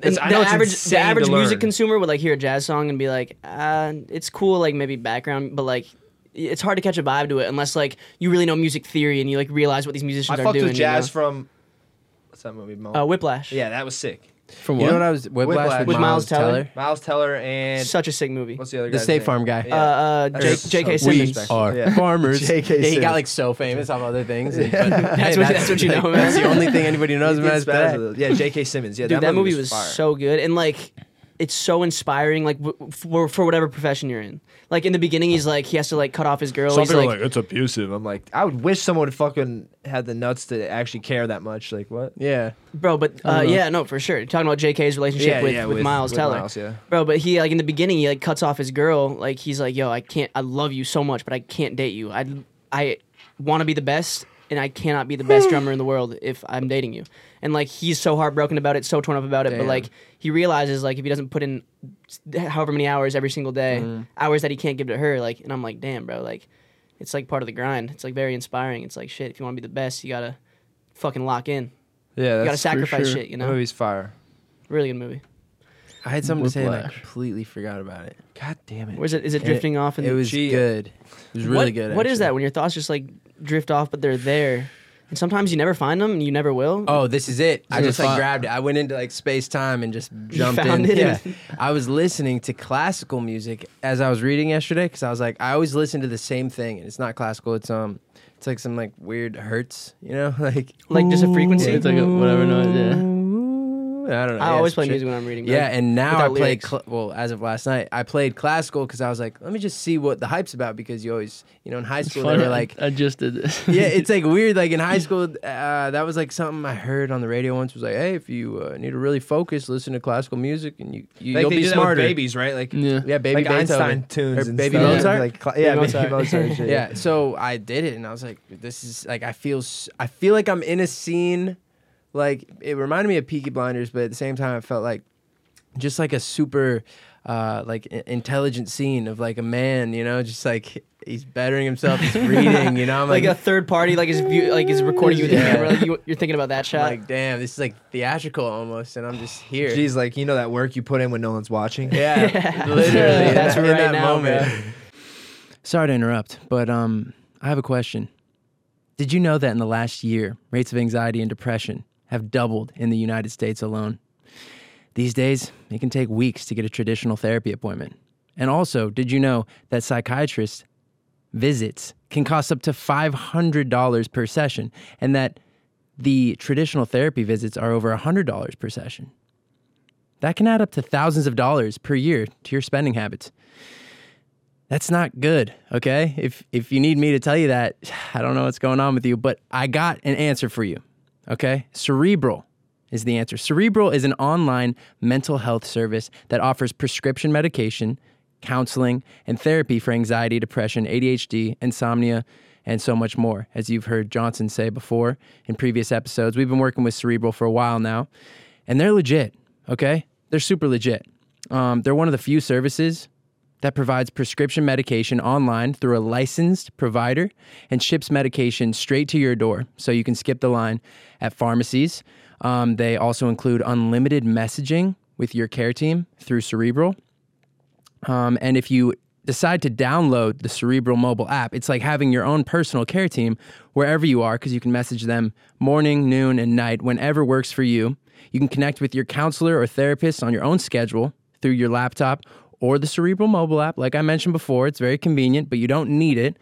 It's-
the
I know it's
average the
insane to
average music
learn.
consumer would like hear a jazz song and be like, uh, it's cool, like maybe background, but like it's hard to catch a vibe to it unless like you really know music theory and you like realize what these musicians
I
are
fucked
doing.
with
you know?
jazz from what's that movie? Mo-
uh, Whiplash.
yeah, that was sick.
From
You
what?
know what I was Whiplash,
Whiplash.
with,
With
Miles
Miles
Teller,
Teller?
Miles Teller and
such a sick movie.
what's the other
the
guy's
State
name?
Farm guy.
Yeah.
uh, uh,
That
J-
is
J.K.
so
Simmons.
respectful.
Are
Yeah.
farmers.
J.K.
He got
Simmons.
like so famous off other things. and- but, hey, that's,
what- that's what you know,
That's
man.
the only thing anybody knows
He
about.
gets
his
bad
back.
at those. Yeah, J.K. Simmons. Yeah,
Dude, that, movie was,
fire.
so good, and like, it's so inspiring. Like, w- for for whatever profession you're in. Like in the beginning, he's like he has to like cut off his girl.
Some
he's
people are
like,
like, it's abusive. I'm like, I would wish someone fucking had the nuts to actually care that much. Like what?
Yeah.
Bro, but uh, yeah, no, for sure. Talking about JK's relationship
Yeah,
with,
yeah,
with,
with-
Miles
with
Teller.
Miles, yeah.
Bro, but he like in the beginning he like cuts off his girl. Like he's like, "Yo, I can't I love you so much, but I can't date you. I I want to be the best and I cannot be the best drummer in the world if I'm dating you." And like he's so heartbroken about it, so torn up about it, but
Damn.
like he realizes like if he doesn't put in however many hours every single day,
Mm-hmm.
hours that he can't give to her, like and I'm like, "Damn, bro, like it's like part of the grind. It's like very inspiring. It's like shit, if you want to be the best, you got to fucking lock in.
Yeah,
You got to
that's
sacrifice
sure.
shit, you
that
know?"
movie's fire.
Really good movie.
I had something to say and I
Whiplash.
completely forgot about it.
God damn it.
Where's it? Is it drifting off? And
It was
Gee.
good. It was really
what,
good.
What is
actually.
that? When your thoughts just like drift off, but they're there. And sometimes you never find them, and you never will.
Oh, this is it. I
This
just
is
like
fun.
grabbed it. I went into like space time and just jumped
found
in.
it.
Yeah. I was listening to classical music as I was reading yesterday because I was like, I always listen to the same thing, and it's not classical. It's um, it's like some like weird hertz, you know, like
like just a frequency.
Yeah, it's like a whatever noise. Yeah.
I don't know.
I
Yeah,
always
some
play
shit.
music when I'm reading,
Yeah,
like,
and now I
without
play.
lyrics.
Cl- well, as of last night, I played classical because I was like, let me just see what the hype's about because you always, you know, in high school they
Funny,
were like,
I just did this.
yeah, it's like weird. Like in high school, uh, that was like something I heard on the radio once. Was like, hey, if you uh, need to really focus, listen to classical music, and you, you
Like
you'll
they
be
do that with
smarter.
babies, right? Like
Yeah.
Yeah, baby
like
Beethoven.
Einstein tunes
Or
and
baby
stuff.
Mozart.
Like, cla- yeah,
Baby Mozart.
baby Mozart. and shit,
yeah. So I did it, and I was like, this is like I feel s- I feel like I'm in a scene. Like it reminded me of Peaky Blinders, but at the same time, I felt like just like a super uh, like i- intelligent scene of like a man, you know, just like he's bettering himself, he's reading, you know, I'm
like
like,
a third party, like is view, like is recording you with the
Yeah.
camera. Like you, you're thinking about that
I'm
shot.
like, damn, this is like theatrical almost, and I'm just here.
Jeez, like you know that work you put in when no one's watching.
Yeah, literally.
Yeah, that's
in
right
that
now,
moment.
bro.
Sorry to interrupt, but um, I have a question. Did you know that in the last year, rates of anxiety and depression have doubled in the United States alone? These days, it can take weeks to get a traditional therapy appointment. And also, did you know that psychiatrists visits can cost up to $500 per session and that the traditional therapy visits are over $100 per session? That can add up to thousands of dollars per year to your spending habits. That's not good, okay? If if you need me to tell you that, I don't know what's going on with you, but I got an answer for you. Okay? Cerebral is the answer. Cerebral is an online mental health service that offers prescription medication, counseling, and therapy for anxiety, depression, ADHD, insomnia, and so much more. As you've heard Johnson say before in previous episodes, we've been working with Cerebral for a while now, and they're legit, okay? They're super legit. Um, they're one of the few services that provides prescription medication online through a licensed provider and ships medication straight to your door so you can skip the line at pharmacies. Um, they also include unlimited messaging with your care team through Cerebral. Um, and if you decide to download the Cerebral mobile app, it's like having your own personal care team wherever you are because you can message them morning, noon, and night, whenever works for you. You can connect with your counselor or therapist on your own schedule through your laptop or the Cerebral mobile app. Like I mentioned before, it's very convenient, but you don't need it.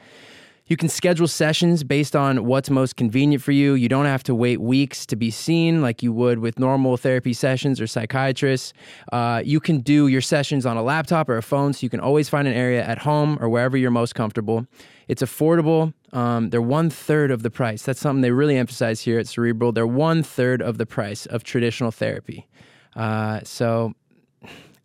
You can schedule sessions based on what's most convenient for you. You don't have to wait weeks to be seen like you would with normal therapy sessions or psychiatrists. Uh, you can do your sessions on a laptop or a phone, so you can always find an area at home or wherever you're most comfortable. It's affordable. Um, they're one third of the price. That's something they really emphasize here at Cerebral. They're one third of the price of traditional therapy. Uh, so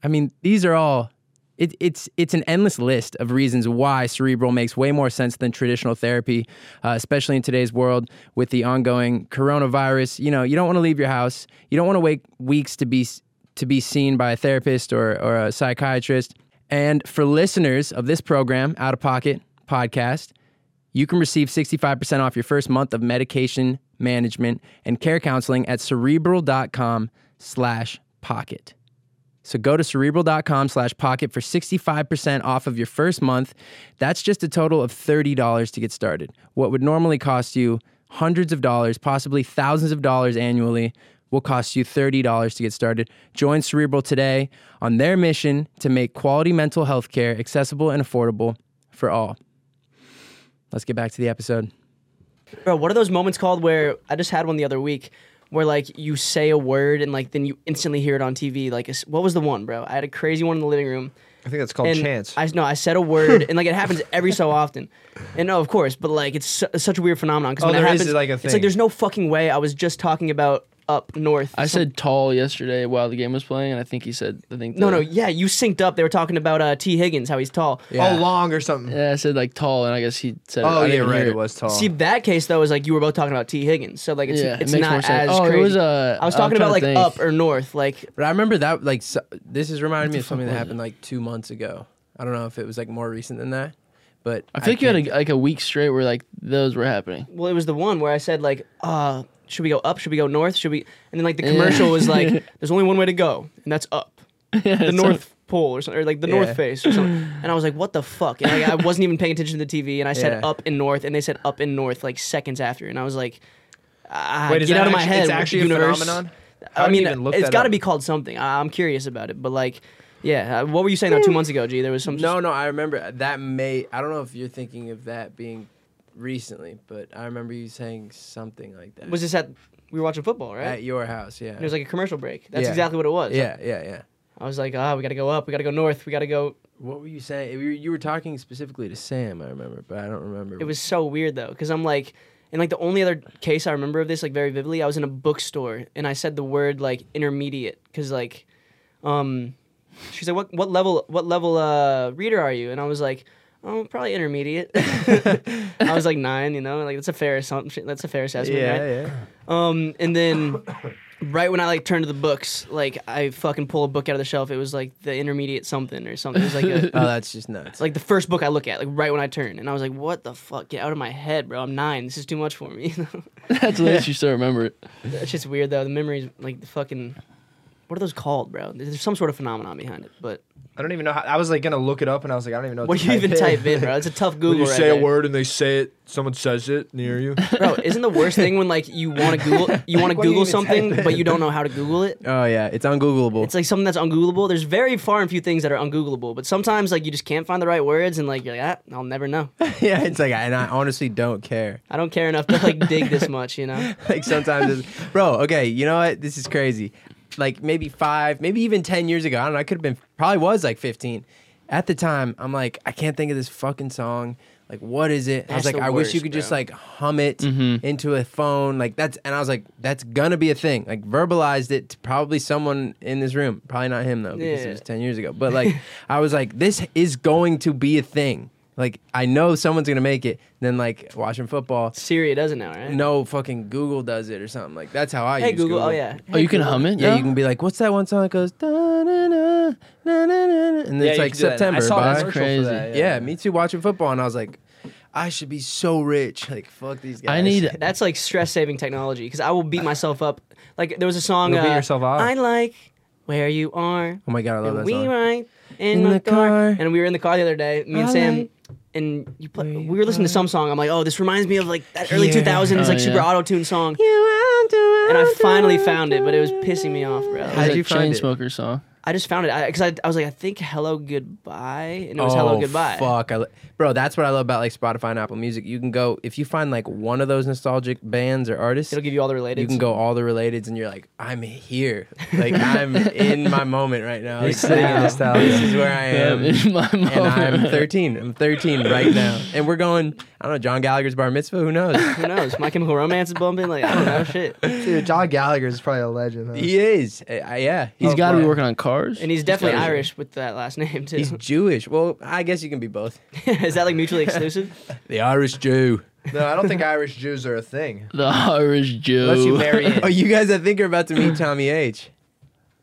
I mean, these are all. It, it's it's an endless list of reasons why cerebral makes way more sense than traditional therapy, uh, especially in today's world with the ongoing coronavirus. You know, you don't want to leave your house. You don't want to wait weeks to be s- to be seen by a therapist or or a psychiatrist. And for listeners of this program, Out of Pocket podcast, you can receive 65% off your first month of medication management and care counseling at cerebral.com slash pocket. So go to cerebral.com slash pocket for 65% off of your first month. That's just a total of $30 to get started. What would normally cost you hundreds of dollars, possibly thousands of dollars annually, will cost you $30 to get started. Join Cerebral today on their mission to make quality mental health care accessible and affordable for all. Let's get back to the episode.
Bro, what are those moments called where I just had one the other week where like you say a word and like then you instantly hear it on TV? Like, it's- what was the one, bro? I had a crazy one in the living room.
I think that's called
and
chance.
I no, I said a word, and like it happens every so often. And no, of course, but like it's, su- such a weird phenomenon. 'cause
Oh,
when it
there is,
happens,
like, a
It's
thing.
like there's no fucking way. I was just talking about up north.
I
Some-
said tall yesterday while the game was playing, and I think he said, I think
no,
the-
no, yeah, you synced up. They were talking about uh, T Higgins, how he's tall.
Oh, long or something.
Yeah, I said like tall, and I guess he said.
Oh
I
yeah,
didn't
right.
hear
It was tall.
See, that case though is like you were both talking about T Higgins, so like it's,
Yeah, it
it's
makes more
not as
sense. Oh, it
crazy.
was, uh,
I was
I'm
talking about
trying to
like
think.
up or north, like
But I remember that, like, so, this is reminding me of something that happened like two months ago. I don't know if it was like more recent than that, but
I think you had
can't-
a, like a week straight where like those were happening.
Well, it was the one where I said like, uh, should we go up? Should we go north? Should we? And then like the commercial was like, there's only one way to go, and that's up, the North Pole or something, or like the
Yeah.
North Face or something. And I was like, what the fuck? And like, I wasn't even paying attention to the TV, and I said
Yeah.
up and north, and they said up and north like seconds after, and I was like, Ah,
Wait, is
get
that
out of my
actu-
head.
it's
what the
actually a
universe.
phenomenon? How
I
do you
mean,
even look
it's
that
got to
up?
be called something. I- I'm curious about it, but like, yeah. uh, What were you saying though, two months ago, G? There was some.
No, no, I remember uh, that may. I don't know if you're thinking of that being recently, but I remember you saying something like that.
Was this at? We were watching football, right?
at your house? Yeah.
And it was like a commercial break. That's
Yeah.
exactly what it was.
yeah, yeah, yeah.
I was like, ah, we got to go up. We got to go north. We got to go.
What were you saying? You were, you were talking specifically to Sam, I remember, but I don't remember.
It was so weird though, because I'm like, and like the only other case I remember of this like very vividly, I was in a bookstore and I said the word like intermediate, because like, um, she's like, what what level what level uh reader are you? And I was like. Oh, probably intermediate. I was like nine, you know, like that's a fair assumption. That's a fair assessment, right?
yeah,
Um, and then right when I like turned to the books, like I fucking pull a book out of the shelf. It was like the intermediate something or something. It was like a,
Oh, that's just nuts.
it's like the first book I look at, like right when I turn, and I was like, "What the fuck? Get out of my head, bro! I'm nine. This is too much for me."
That's the least you still remember it.
That's just weird though. The memories, like the fucking, what are those called, bro? There's some sort of phenomenon behind it, but
I don't even know how. I was like gonna look it up, and I was like, I don't even know.
what
to
do you even type in, bro? It's a tough Google.
you
right
say
there.
a word and they say it. Someone says it near you.
bro. Isn't the worst thing when like you want to Google, you want to
What do you
Google
even
something,
type
but you don't know how to Google it?
oh yeah, it's ungoogleable.
It's like something that's ungoogleable. There's very far and few things that are ungoogleable, but sometimes like you just can't find the right words, and like you're like, ah, I'll never know.
yeah, it's like, and I honestly don't care.
I don't care enough to like dig this much, you know.
like sometimes it's, bro okay you know what this is crazy like maybe five maybe even 10 years ago i don't know i could have been probably was like 15 at the time i'm like i can't think of this fucking song like what is it i was
That's
like
the
i wish you
worst,
could just
bro.
like hum it into a phone like that's and i was like that's gonna be a thing like verbalized it to probably someone in this room probably not him though because
Yeah.
it was 10 years ago but like i was like this is going to be a thing like i know someone's gonna make it then like watching football
Siri does it now, right?
no fucking Google does it or something like that's how I
Hey
use
Google. Oh yeah.
Oh, you can hum it.
yeah, you can be like, "What's that one song that goes da na na na na na," and
Yeah,
it's
you
like
can do that.
September.
I saw
bye.
that commercial for that,
yeah. me too. Watching football, and I was like, I should be so rich. Like, fuck these guys.
I need.
That's like stress saving technology because I will beat myself up. Like there was a song.
You'll beat
uh,
yourself up.
I like where you are.
Oh my god, I love
and
that
we
song.
ride in, the car. And we were in the car the other day, me and
I
Sam.
like
and you play, we were listening to some song. I'm like, oh, this reminds me of like that early
Yeah.
2000s, like
Oh,
super
yeah.
auto tune song.
and
And I finally found it, but it was pissing me off, bro.
How'd
It's a
you find it?
Chainsmoker song.
I just found it because I, I, was like, I think hello goodbye, and it was hello goodbye.
Oh, Fuck, I lo- bro. That's what I love about like Spotify and Apple Music. You can go if you find like one of those nostalgic bands or artists.
It'll give you all the related.
You can go all the relateds, and you're like, I'm here. Like I'm in my moment right now. Like,
sitting in this town.
This is where I am.
Um, in my moment.
and I'm 13. I'm 13 right now, and we're going. I don't know John Gallagher's bar mitzvah. Who knows?
Who knows? My Chemical Romance is bumping. Like I don't know shit.
Dude, John Gallagher is probably a legend. Huh?
He is. Uh, yeah,
He's
he's
got to be
boy.
working on cars.
And he's definitely
gotta be.
Irish with that last name too.
he's Jewish. Well, I guess you can be both.
is that like mutually exclusive?
The Irish Jew.
No, I don't think Irish Jews are a thing.
the Irish Jew.
Unless you marry
Oh,
it.
you guys, I think are about to meet Tommy H.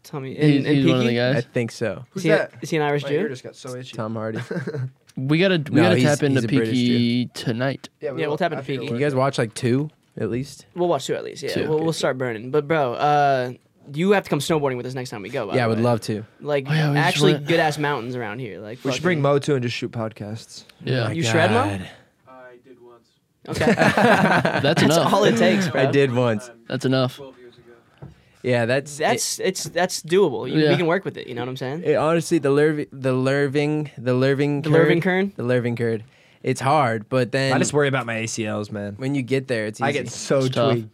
Tommy and,
He's,
and
he's one of the
Peaky?
I
guys.
think so.
Who's
Is he,
that?
is he an Irish
My ear
Jew?
just got so itchy.
Tom Hardy. Can
We gotta we
No,
gotta
he's-
tap into
he's a British
Peaky tonight.
Yeah, we'll tap into
after
Peaky.
work.
you guys watch like two at least?
We'll watch two at least. Yeah, we
Two.
We'll, we'll start burning. But bro, uh, you have to come snowboarding with us next time we go. By
Yeah, I
the
would
way.
love to.
Like
Oh, yeah, we just
actually
went-
good ass mountains around here. Like
We should bring Mo too and just shoot podcasts.
Yeah,
You shred, Mo?
God.
I did once.
Okay,
that's
that's
enough.
all it takes, bro.
I did once.
Um,
That's enough.
12 years ago.
Yeah, that's
That's it's that's doable. You,
Yeah.
We can work with it. You know what I'm saying?
It, honestly, the Lurv, the Lurving, the Lurving,
The Lurving Kern?
the Lurving curd. It's hard, but then
I just worry about my ACLs, man.
when you get there, it's easy.
I get so
It's tough.
tweaked.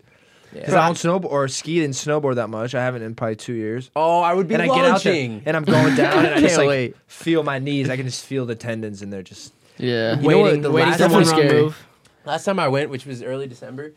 Yeah.
Because I don't snowboard or ski and snowboard that much. I haven't in probably two years.
oh, I would be
and I get out there
launching.
and I'm going down and I just
Can't
like
wait.
feel my knees. I can just feel the tendons and they're just.
Yeah,
You know what,
Waiting,
the
waiting
last
for one
one-
wrong
scary.
move.
Last time I went, which was early December,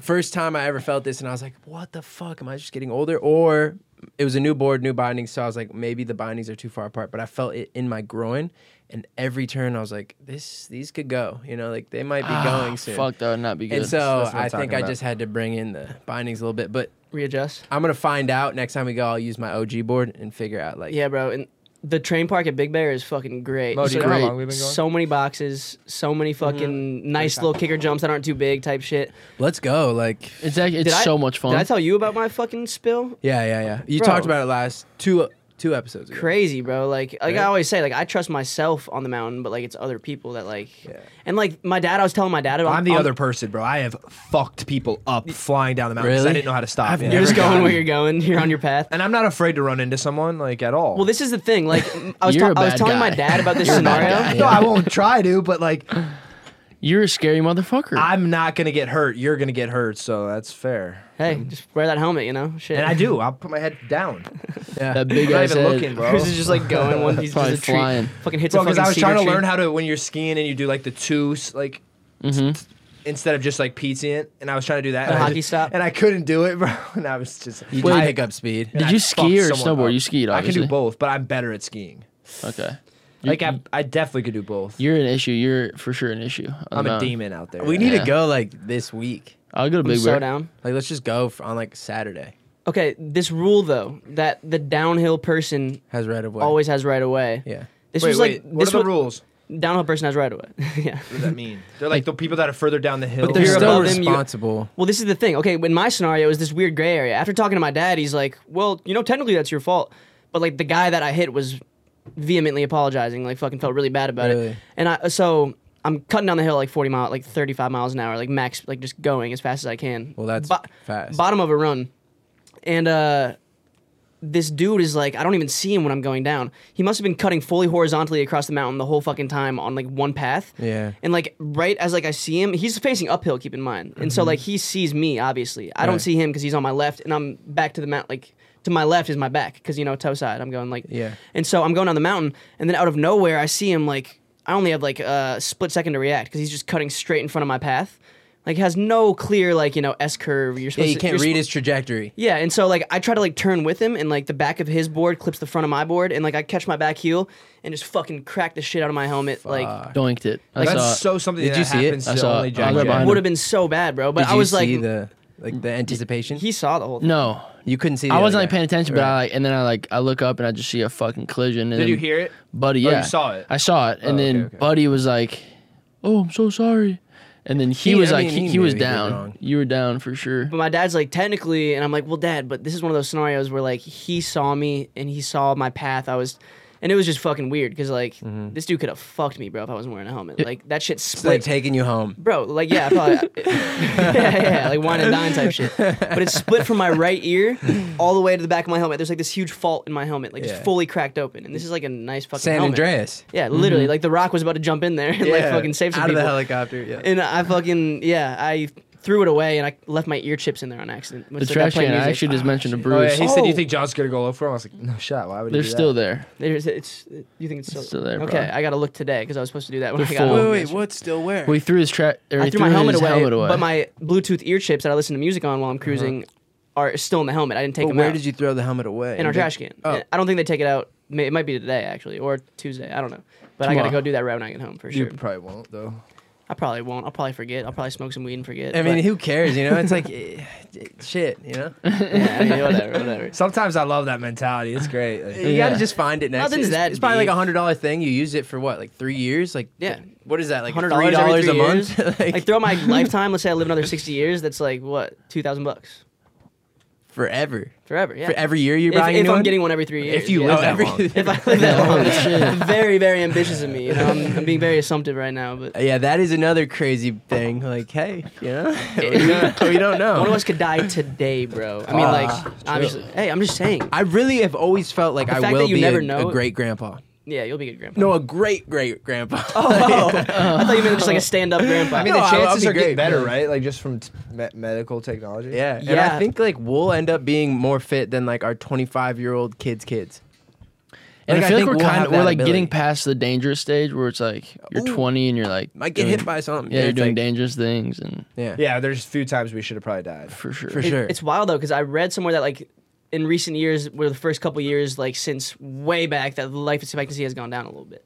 first time I ever felt this, and I was like, "What the fuck? Am I just getting older?" Or it was a new board, new bindings, so I was like, maybe the bindings are too far apart. But I felt it in my groin, and every turn I was like, "This, these could go." You know, like they might be going soon.
ah,
uh,
Fuck, that would not be good.
And so
Ah, That's what I'm
I think
talking
I
about.
just had to bring in the bindings a little bit, but
Readjust.
I'm gonna find out next time we go. I'll use my OG board and figure out like
Yeah, bro. And the train park at Big Bear is fucking great.
Mo, do
So
you know how
great.
long we've been going? Mm-hmm.
so many boxes, so many fucking nice little kicker jumps that aren't too big type shit.
let's go. Like
it's act-
Did
it's
I-
so much fun.
Did I tell you about my fucking spill?
yeah, yeah, yeah. You
Bro.
talked about it last two two episodes ago.
crazy, bro. Like, like I always say, like I trust myself on the mountain, but like it's other people that like, and like my dad. I was telling my dad,
I'm the other person, bro. I have fucked people up flying down the mountain because I
Really?
didn't know how to stop.
I've
yeah.
You're just
Never
going
gotten-
where you're going. You're on your path.
and I'm not afraid to run into someone like at all.
Well, this is the thing. Like, I was,
You're
ta-
a
I was
bad
telling my
guy.
dad about this scenario.
no, I won't try to, but like
You're a scary motherfucker.
I'm not gonna get hurt. You're gonna get hurt, so that's fair.
Hey, just wear that helmet, you know? Shit.
And I do. I'll put my head down. Yeah.
that big
I'm not
ass
even
head.
looking, bro.
Chris is just like going one. He's
Probably
just a tree,
flying.
Fucking hits
Bro,
a fucking
because I was
cedar
trying to
tree.
learn how to when you're skiing and you do like the two s- like s- instead of just like pizzing it, and I was trying to do that.
Mm-hmm. The
and I
hockey
just-
stop?
and I couldn't do it, bro. And I was just
You
Wait.
did pick up speed.
Did
I
you
fucked
ski or
someone
snowboard?
up.
You skied,
I
obviously.
can do both, but I'm better at skiing.
Okay.
Like I, I definitely could do both.
You're an issue. You're for sure an issue.
I'm a
not-
demon out there.
We need
Yeah.
to go like this week.
I'll go to
I'm
Big
so
Bear.
down.
Like let's just go for, on like Saturday.
Okay, this rule though that the downhill person
Has right of way.
always has right away.
Yeah.
This
Wait,
was
wait,
like
what
this
are the
was-
rules?
Downhill person has right away. yeah.
What does that mean? They're like, the people that are further down the hill.
But they're
you're
still
above them, you-
responsible.
Well, this is the thing. Okay, in my scenario, is this weird gray area. After talking to my dad, he's like, "Well, you know, technically that's your fault, but like the guy that I hit was vehemently apologizing, like fucking felt really bad about it."
Really?
And I so I'm cutting down the hill like 40 mile, like 35 miles an hour, like max, like just going as fast as I can.
Well, that's fast.
Bottom of a run, and uh. This dude is like, I don't even see him when I'm going down. He must have been cutting fully horizontally across the mountain the whole fucking time on like one path.
Yeah.
And like right as like I see him, he's facing uphill. Keep in mind, and so like he sees me. Obviously, I
Mm-hmm.
don't
Right.
see him because he's on my left, and I'm back to the mount. Like to my left is my back because you know toe side. I'm going like
Yeah.
And so I'm going down the mountain, and then out of nowhere I see him. Like I only have like a split second to react because he's just cutting straight in front of my path. Like has no clear like you know S curve. You're
Yeah,
supposed
you
to,
can't
you're
read
sp-
his trajectory.
yeah, and so like I try to like turn with him, and like the back of his board clips the front of my board, and like I catch my back heel and just fucking crack the shit out of my helmet. Like
Doinked it. I
That's
saw it.
so something
Did
that
you see it?
happens
I
to
saw
only
it.
Jack
I was
Jack.
behind
would
him.
have been so bad, bro. But
Did
I
you
was
see
like,
the like the anticipation?
he saw the whole thing.
No,
you couldn't see. The
I
other
wasn't like
guy.
paying attention, but I
Right.
like, and then I like, I look up and I just see a fucking collision. And
Did
then
you hear it?
Buddy?
Oh, you
Yeah,
saw it.
I saw it, and
Oh, okay,
then
okay.
Buddy was like, "Oh, I'm so sorry," and then he,
He-
was
I
like,
mean,
he,
he
he was
knew he did
down.
wrong.
You were down for sure.
But my dad's like, technically, and I'm like, well, dad, but this is one of those scenarios where like he saw me and he saw my path. I was, and it was just fucking weird because like
Mm-hmm.
this dude could have fucked me, bro, if I wasn't wearing a helmet. Like that shit
It's like
split.
taking you home.
Bro, like yeah, I probably, yeah, yeah, like wine and dine type shit. But it split from my right ear all the way to the back of my helmet. There's like this huge fault in my helmet, like
Yeah.
just fully cracked open. And this is like a nice fucking
San
helmet.
Andreas.
Yeah, literally, like the Rock was about to jump in there and like fucking save some
out
people.
of Mm-hmm. the helicopter. Yeah.
And I fucking yeah, I threw it away and I left my ear chips in there on accident.
the trash can. I actually just mentioned to
Oh, yeah,
Bruce.
he said, "You
Oh.
think John's gonna go low for him?" I was like, "No shot. Why would he
They're
do that?"
still there.
There's, it's you think it's still,
still there, bro.
Okay, I gotta look today because I was supposed to do that when
They're
I got
full.
home.
what? Still where?
We threw his trash.
I threw my helmet away, but my Bluetooth ear chips that I listen to music on while
Uh-huh.
I'm cruising are still in the helmet. I didn't take
But
them
where
out.
did you throw the helmet away?
in our
Did-
trash can.
Oh.
I don't think they take it out. May- It might be today actually, or Tuesday. I don't know. But I gotta go
Tomorrow.
do that right when I get home for
You
sure.
probably won't though.
I probably won't. I'll probably forget. I'll probably smoke some weed and forget.
I mean,
but-
who cares? You know, it's like eh, eh, shit. You know,
yeah, I mean, whatever, whatever.
Sometimes I love that mentality. It's great. Like,
you
Yeah.
gotta just find it next.
Nothing's
it's,
that
It's probably like
deep.
a hundred dollar thing. You use it for what, like three years? Like
Yeah.
what is that? Like
hundred
three
dollars
dollars a
a
month?
like,
like
throughout my lifetime, let's say I live another sixty years, that's like what two thousand bucks
forever.
forever. Yeah.
For every year you're
If,
buying a
if
new
I'm
one?
getting one every three years.
if you
yeah.
live
Oh,
that
every-
long.
if I live that long, it's very very ambitious of me. You know, I'm, I'm being very assumptive right now, but
Yeah, that is another crazy thing. Like, hey, you know, we, don't, we don't
one of
know.
us could die today, bro. I mean,
Ah,
like obviously, hey, I'm just saying.
I really have always felt like
The
I
fact that
will
you
be
never
a,
know-
a great grandpa.
Yeah, you'll be a good grandpa.
No, a great great grandpa.
Oh. I thought you meant just like a stand up grandpa.
I mean,
No,
the
I'll- I'll
chances
be
are getting
great,
better,
but-
right? Like just from t- me- medical technology.
yeah, and
Yeah.
I think like we'll end up being more fit than like our 25 year old kids' kids. Like,
and I feel like
think
we're
we'll
kind
have
of we're
that
like getting
ability.
past the dangerous stage where it's like you're
Ooh.
20 and you're like
Might get
doing-
hit by something.
Yeah, you're
it's
doing
like-
dangerous things, and
Yeah,
Yeah. There's a few times we should have probably died.
for sure.
for
It-
sure.
It's wild though, because I read somewhere that like in recent years, where the first couple years, like since way back, that life expectancy has gone down a little bit.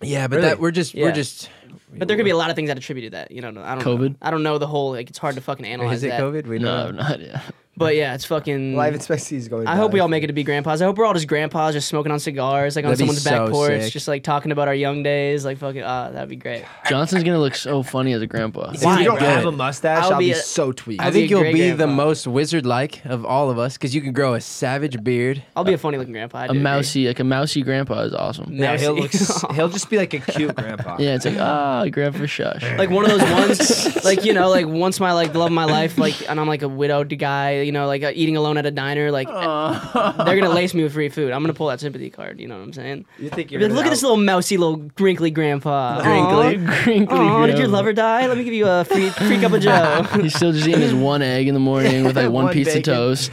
yeah, but
Really?
that we're just
Yeah.
we're just.
But there could be a lot of things that attribute to that. You know, I don't. know.
COVID?
I don't know the whole. Like, it's hard to fucking analyze
Is it
that.
COVID? We don't
No, I'm
know.
not. Yeah.
But yeah, it's fucking.
Life expectancy is going.
I hope we
down.
all make it to be grandpas. I hope we're all just grandpas, just smoking on cigars, like on
That'd be
someone's back
so
porch,
sick.
just like talking about our young days. Like fucking, ah, that'd be great.
Johnson's gonna look so funny as a grandpa.
If you don't
Good.
have a mustache, I'll,
I'll
be,
be a-
so tweaked.
I
I'll be
think
a
you'll
great
be the
grandpa.
most wizard-like of all of us because you can grow a savage beard.
I'll be a funny looking grandpa. I
A
do agree.
mousy, like a mousy grandpa is awesome.
yeah, he'll look.
Mousy.
s- he'll just be like a cute grandpa.
Yeah, it's like ah, grandpa shush.
like one of those ones like you know like once my like the love of my life like and i'm like a widowed guy you know like uh, eating alone at a diner like they're gonna lace me with free food i'm gonna pull that sympathy card you know what i'm saying
You think you're
Like,
gonna
look at this
out-
little mousy little wrinkly grandpa
Wrinkly.
Crinkly
oh did your
grandpa.
lover die let me give you a free, free cup of joe
He's still just eating his one egg in the morning with like one,
One
piece
bacon.
of toast.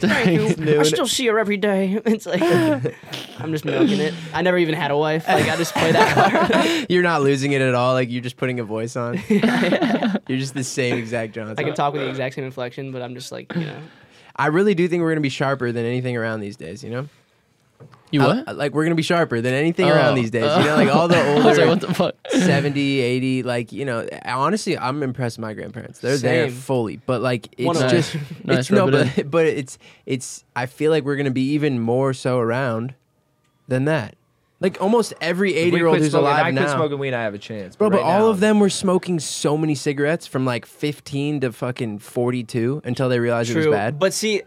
Thank you. I still see her every day. It's like I'm just milking it. I never even had a wife. Like I just play that card.
You're not losing it at all. Like you're just putting a voice on. You're just the same exact Johnson.
I can talk with the exact same inflection, but I'm just like you know.
I really do think we're gonna be sharper than anything around these days. You know,
you what?
I- like we're gonna be sharper than anything
Oh.
around these days. You know, like all the
I was like, what
older
the fuck?
70, 80, like you know. Honestly, I'm impressed with my grandparents. They're there
Same.
fully, but like
One
it's
of
just
us.
it's
Nice,
no,
rub it
but but it's it's. I feel like we're gonna be even more so around than that. Like almost every
If we
eighty year old
quit
who's
smoking- if I
alive
quit
now.
smoking weed, I have a chance.
Bro, but
right
all
now,
of them were smoking so many cigarettes from like 15 to fucking 42 until they realized it was bad.
But see,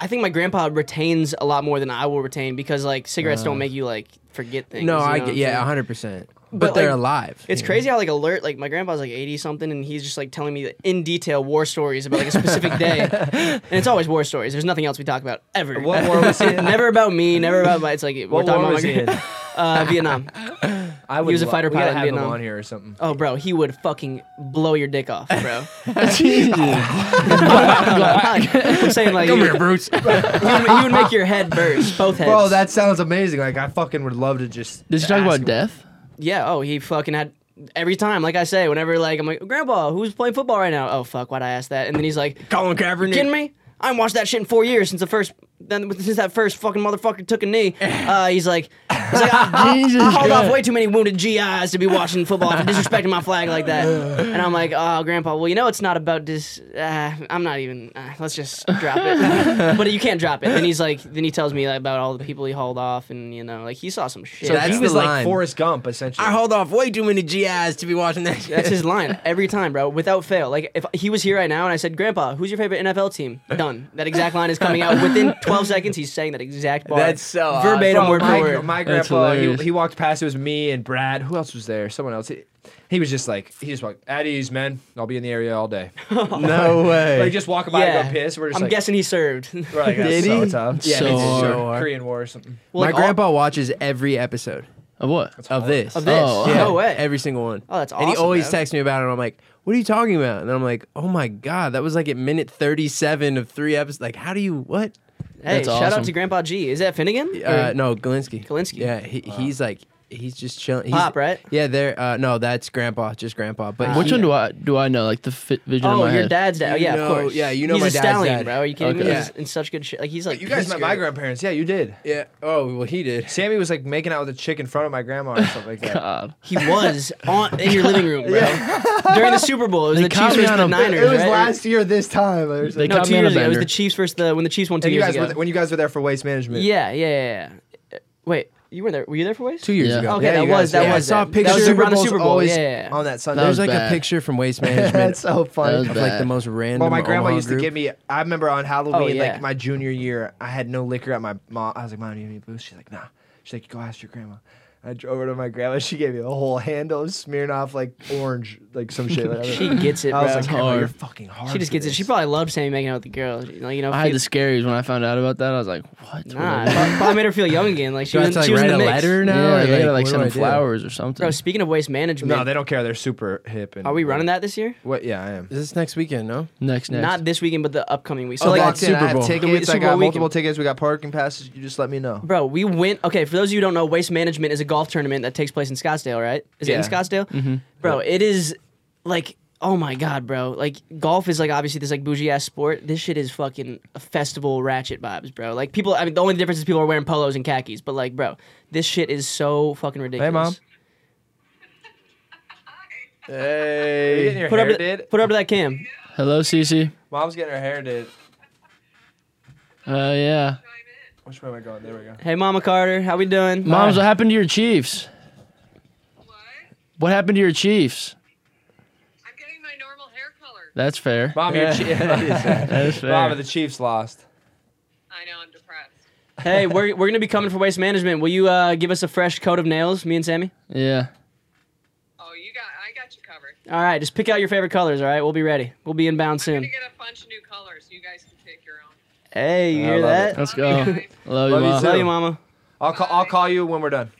I think my grandpa retains a lot more than I will retain because like cigarettes don't make you like forget things.
Uh. no,
you know
I
what
get, yeah,
I'm saying?
100%. But,
But,
they're
like,
alive.
It's
you know?
crazy how like alert like my grandpa's like eighty something and he's just like telling me in detail war stories about like a specific day, and it's always war stories. There's nothing else we talk about ever.
What war was he in?
never about me. Never about my. It's like we're
What
talking
war
about
was
my
he in?
gran- uh, Vietnam.
I would
was a
lo-
fighter
we
pilot
gotta
in
have him
Vietnam.
on here or something.
Oh, bro, he would fucking blow your dick off, bro. I'm saying like he, would,
Bruce.
he would make your head burst, both heads.
Bro, that sounds amazing. Like I fucking would love to just.
Did you talk
ask
about
him.
death?
Yeah. Oh, he fucking had every time. Like I say, whenever like I'm like, Grandpa, who's playing football right now? Oh fuck, why'd I ask that? And then he's like,
Colin
You
Kaepernick.
kidding me? I haven't watched that shit in four years since the first. Then since that first fucking motherfucker took a knee, uh, he's like, he's like I,
Jesus
I, I hauled off
Christ.
way too many wounded GIs to be watching football for disrespecting my flag like that. And I'm like, oh, Grandpa, well, you know it's not about this. Uh, I'm not even. Uh, let's just drop it. but you can't drop it. Then he's like, then he tells me like, about all the people he hauled off, and you know, like he saw some shit.
So
bro.
that's
He was
the
like
line.
Forrest Gump essentially.
I hold off way too many GIs to be watching that shit.
That's his line every time, bro, without fail. Like if he was here right now and I said, "Grandpa, who's your favorite NFL team?" Done. That exact line is coming out within 12 seconds. He's saying that exact bar.
That's so odd.
verbatim,
Bro,
word
my,
for word.
my
That's
grandpa, he,
hilarious.
he walked past. It was me and Brad. Who else was there? Someone else. He, he was just like, he just walked, at ease, man. I'll be in the area all day.
No way.
like, just walking by and go piss. We're just
I'm
like,
guessing he served.
Bro, like, that's
Did
so
he?
tough. Yeah,
So
it's
hard.
so Korean War or something.
Well,
my
like, all-
grandpa watches every episode
Of what?
of this.
Of this.
Oh,
Yeah,
No way.
Every single one.
Oh, that's
And he
awesome,
always
bro.
texts me about it. And I'm like, what are you talking about? And I'm like, oh my God, that was like at minute 37 of three episodes. Like, how do you, what?
hey,
That's
shout
awesome.
out to Grandpa G. Is that Finnegan?
Uh, no, Galinsky.
Galinsky.
Yeah, he, he's like he's just chilling. He's,
Pop, right?
Yeah, there. Uh, no, that's Grandpa, just Grandpa. But
Ah, Which
he-
one do I do I know? Like the fit vision in
Oh,
my
your
head.
dad's dad. Oh,
You
yeah,
know-
of course.
yeah, you know
He's
my
a
dad's
stallion,
dad.
bro. Are you kidding me?
Okay.
He's in such good shape. Like he's like.
You guys
he's
met my
great.
grandparents. Yeah, you did.
Yeah. Oh well, he did.
Sammy was like making out with a chick in front of my grandma or something like that.
God.
He was on in your living room, bro. During the Super Bowl, it was
They
the
caught
Chiefs
me
versus
on
the
a-
Niners. right? Or-
year this time. Or
They
No,
caught
two
me on a
years ago. It was
bender.
the Chiefs versus the when the Chiefs won two
And you
years
guys
ago.
were th- when you guys were there for waste management.
Yeah, yeah, yeah. yeah. Wait, you were there? Were you there for Waste?
Two years
Yeah.
ago.
Okay,
Yeah,
that
you
was
guys-
that
yeah, I
was
saw
it.
pictures
That was
of
around the
Bowl's
Super Bowl.
always
Yeah, yeah, yeah.
on that Sunday.
That
There's
was
like a
bad.
picture from Waste Management
so
of
funny.
was
like the
bad.
most random.
Well, my grandma
Omaha
used to
group.
give me. I remember on Halloween,
Oh, yeah.
like my junior year, I had no liquor at my mom. I was like, "Mom, you need any booze?" She's like, "Nah." She's like, "Go ask your grandma." I drove her to my grandma. She gave me a whole handle of Smirnoff, like orange, like some shit. Like, that.
She gets it,
I was
bro.
like, "Grandma,
Hard.
you're fucking hard."
She just
for
gets it. She
this."
probably loved Sammy making out with the girl. She- Like you know,
I had
fe-
the scaries when I found out about that. I was like, what?
nah, probably- probably made her feel young again. Like she
Do I have
was,
to like
she was
write
in the
a
mix.
letter
Yeah,
now? or,
I
like,
gotta like
what do
send
I
him
do?
flowers or something.
Bro, speaking of waste management,
No, they don't care. They're super hip. And
are we running that this year?
What? Yeah, I am.
Is this next weekend? No.
next, next.
Not this weekend, but the upcoming week. So
Oh,
like,
locked in. I have
The
tickets.
week-
I
Super
got
Bowl
multiple.
multiple tickets. We got parking passes. You just let me know.
Bro, we went. Okay, for those of you who don't know, Waste Management is a golf tournament that takes place in Scottsdale, right? Is it in
Yeah.
Scottsdale? Mm-hmm. Bro, it is like, oh my god, bro. Like golf is like obviously this like bougie ass sport. This shit is fucking festival ratchet vibes, bro. Like people, I mean, the only difference is people are wearing polos and khakis, but like, bro, this shit is so fucking ridiculous.
Mom. Hey, you getting your
Put
hair
up,
did?
put up to that cam.
Hello, Cece.
Mom's getting her hair did.
Uh, yeah.
Which way am I going? There we go.
Hey, Mama Carter, how we doing?
Moms,
Hi.
what happened to your Chiefs?
What?
What happened to your Chiefs?
I'm getting my normal hair color.
That's fair.
Mom, you're che-
That's
Mom,
fair.
the Chiefs lost.
I know I'm depressed.
Hey, we're, we're gonna be coming for waste management. Will you uh, give us a fresh coat of nails, me and Sammy?
Yeah.
Oh, you got I got you covered.
All right, just pick out your favorite colors. All right, we'll be ready. We'll be inbound
I'm
soon.
gonna get a bunch of new colors. You guys can pick your own.
Hey, you
I
hear
love
that?
Let's go.
Love you
Love
guys.
you,
Love you
Mom.
too.
Love you, Mama.
I'll call. I'll call you when we're done.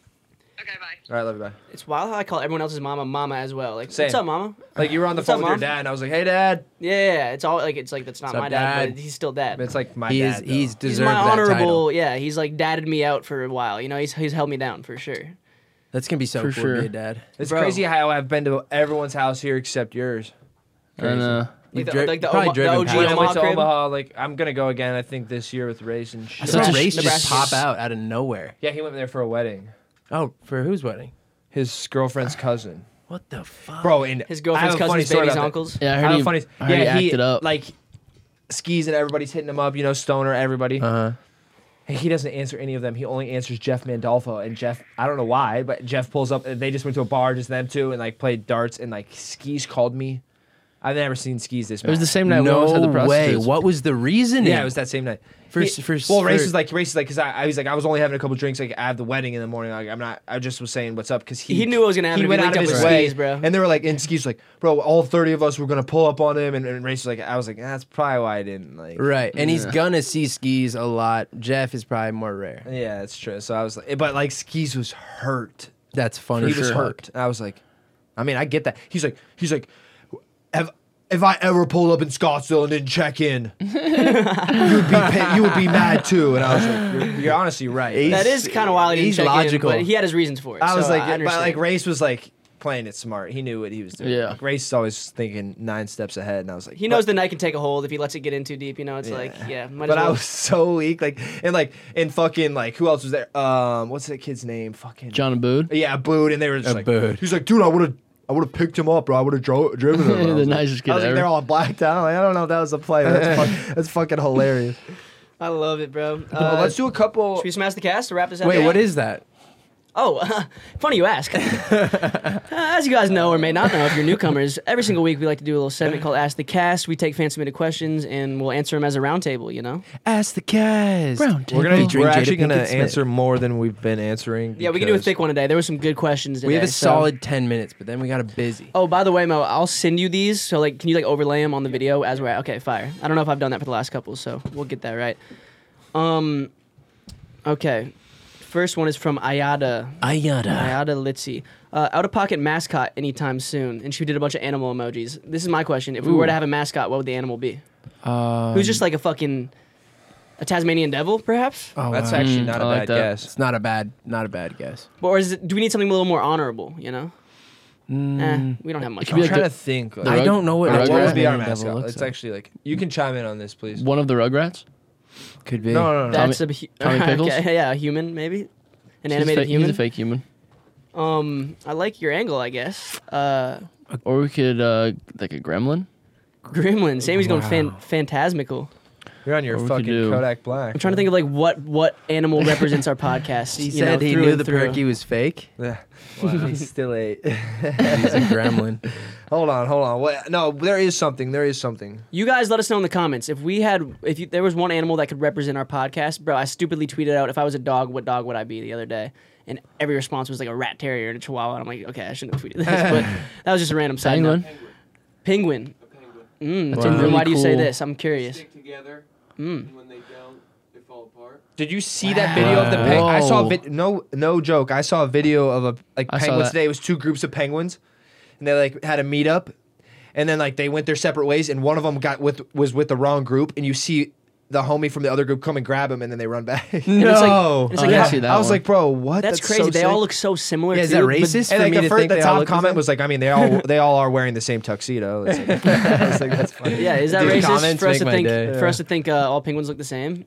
Okay, bye.
All right, love you. Bye.
It's wild how I call everyone else's mama Mama as well. Like,
Same.
what's up, Mama?
Like you were on the
What's up,
phone with your
Mom?
dad, and I was like, "Hey, Dad."
Yeah, yeah, yeah, it's all like it's like that's not
What's up,
my dad,
Dad?
but he's still dad.
But it's like my
He is
dad. though.
he's
he's
deserved
my
that title.
honorable. Yeah, he's like dadded me out for a while. You know, he's he's held me down for sure.
That's gonna be so
For
cool to
sure.
be a dad.
It's
bro.
crazy how I've been to everyone's house here except yours.
And, uh,
Like the,
dri-
like the,
probably
Oma- the
driven
OG
past.
When I went
Omaha
to
crib.
Omaha, like I'm gonna go again. I think this year with race and shit.
So
Such a
race just
Nebraska-
pop out out of nowhere.
yeah, he went there for a wedding.
Oh, for whose wedding?
His girlfriend's cousin,
What the fuck?
bro. And
His girlfriend's
I have a funny
cousin's
story
baby's
about that.
uncles.
yeah, I
I
heard
have
he,
a funny.
I heard
yeah,
he
he,
acted up.
Like skis and everybody's hitting him up. You know, stoner everybody.
Uh-huh.
Uh huh. He doesn't answer any of them. He only answers Jeff Mandolfo and Jeff. I don't know why, but Jeff pulls up. They just went to a bar, just them two, and like played darts. And like skis called me. I've never seen skis this.
it was the same night we almost had
No
the
way.
prostitutes.
What was the reasoning?
Yeah, it was that same night.
For-
He-
for-
well, race
for-
is like race is like because I, I was like I was only having a couple drinks. Like I have the wedding in the morning. Like I'm not. I just was saying what's up because he
He knew what was gonna happen
He
if he
went out
linked
of
up
his
with
way,
Skis, bro.
And they were like, and skis like, bro, all thirty of us were gonna pull up on him. And, and race was like, I was like, "Ah, that's probably why I didn't like.
Right, and he's gonna see skis a lot. Jeff is probably more rare.
Yeah, that's true. So I was like, but like skis was hurt.
That's funny.
he
as
was
fuck.
hurt. And I was like, I mean, I get that. He's like, he's like, have. If I ever pulled up in Scottsdale and didn't check in, you'd be pa- you would be mad too. And I was like, "You're, you're honestly right."
that is kind of wild. he didn't
he's
check in,
logical.
but he had his reasons for it.
I was
so
like,
I
but like
understand.
Race was like playing it smart. He knew what he was doing.
Yeah.
Like, Race is always thinking nine steps ahead, and I was like,
he knows the night can take a hold if he lets it get in too deep. You know, it's like yeah. Might
But,
as
but I
well.
was so weak, like and like and fucking like who else was there? Um, what's that kid's name? Fucking
John and Bood?
Yeah, Abood, and they were just like,
Abood.
he's like, dude, I would have. I would have picked him up, bro. I would have dro- driven him. And I
The
was like-
nicest kid
I was like,
ever.
they're all blacked out. Like, I don't know if that was a play. But that's, fuck, that's fucking hilarious.
I love it, bro.
Uh,
Uh,
let's do a couple.
Should we smash the cast to wrap this up?
Wait,
now?
what is that?
Oh, funny you ask. Uh, as you guys know or may not know, if you're newcomers, every single week we like to do a little segment called Ask the Cast. We take fan submitted questions and we'll answer them as a roundtable. You know?
Ask the guys.
Brown
We're
table.
gonna.
Featuring
We're
Jada
actually gonna
Pinkett Smith.
answer more than we've been answering.
Yeah, we can do a
because-
thick one today. There were some good questions today.
We have a
so-
solid ten minutes, but then we got a busy.
Oh, by the way, Mo, I'll send you these. So, like, can you like overlay them on the video as we're at? Okay, fire. I don't know if I've done that for the last couple, so we'll get that right. Um, okay. First one is from Ayada.
Ayada.
Ayada Litzy. Uh, out of pocket mascot anytime soon. And she did a bunch of animal emojis. This is my question. If we were to have a mascot, what would the animal be?
Um,
Who's just like a fucking a Tasmanian devil, perhaps?
Oh,
That's
wow.
actually
Mm,
not a
I like
bad
that.
guess.
It's not a bad, not a bad guess.
Or is it, do we need something a little more honorable, you know? Eh, we don't have much.
Mm, could be
I'm
like
trying
the-
to think. Like,
The
I
rug-
don't know what,
the
What
rug
would
rat?
be our
Tasmanian devil
mascot?
looks
It's
like.
actually like you can chime in on this, please.
One of the Rugrats?
could be.
No, no, no.
That's
Tommy-
a hu-
Tommy Pickles?
okay, yeah, a human maybe, an
He's a
animated
fake-
human.
He's a fake human.
Um, I like your angle, I guess. Uh,
Or we could, uh, like a gremlin?
Gremlin. Sammy's going fan- phantasmical.
You're on your
Or we could
fucking
do-
Kodak Black.
I'm trying to think of like what what animal represents our podcast.
He
you
said
know,
he
through
knew
and
the
through.
turkey was fake.
Yeah. He's still eight.
He's a gremlin.
hold on, hold on. What? No, there is something. There is something.
You guys, let us know in the comments if we had if you, there was one animal that could represent our podcast, bro. I stupidly tweeted out if I was a dog, what dog would I be the other day, and every response was like a rat terrier and a chihuahua. And I'm like, okay, I shouldn't have tweeted this, but that was just a random side
Penguin?
note. Penguin. Mm,
a
and
really
why do you say
cool-
this? I'm curious.
together. And when they don't, they fall apart.
Mm. Did you see that video of the penguin? I saw a
Whoa.
vid- no no joke. I saw a video of a like
I saw
penguins
that.
today. It was two groups of penguins, and they like had a meetup, and then like they went their separate ways, and one of them got with was with the wrong group, and you see the homie from the other group come and grab him, and then they run back.
it's like-
No. Oh,
and it's like
I
how-
see that
I was
one.
like, bro, what?
That's,
so
crazy. they
sick.
all look so similar.
Yeah, is
too,
that
but-
racist? for
And like
me
the,
to
first,
think
the
they all
top
look the
comment
same?
was like, I mean, they all they all are wearing the same tuxedo. It's like, I was like, that's funny.
Yeah, is that
Dude,
racist
comments
for us
make
to
my
think
day.
for us to think uh, all penguins look the same?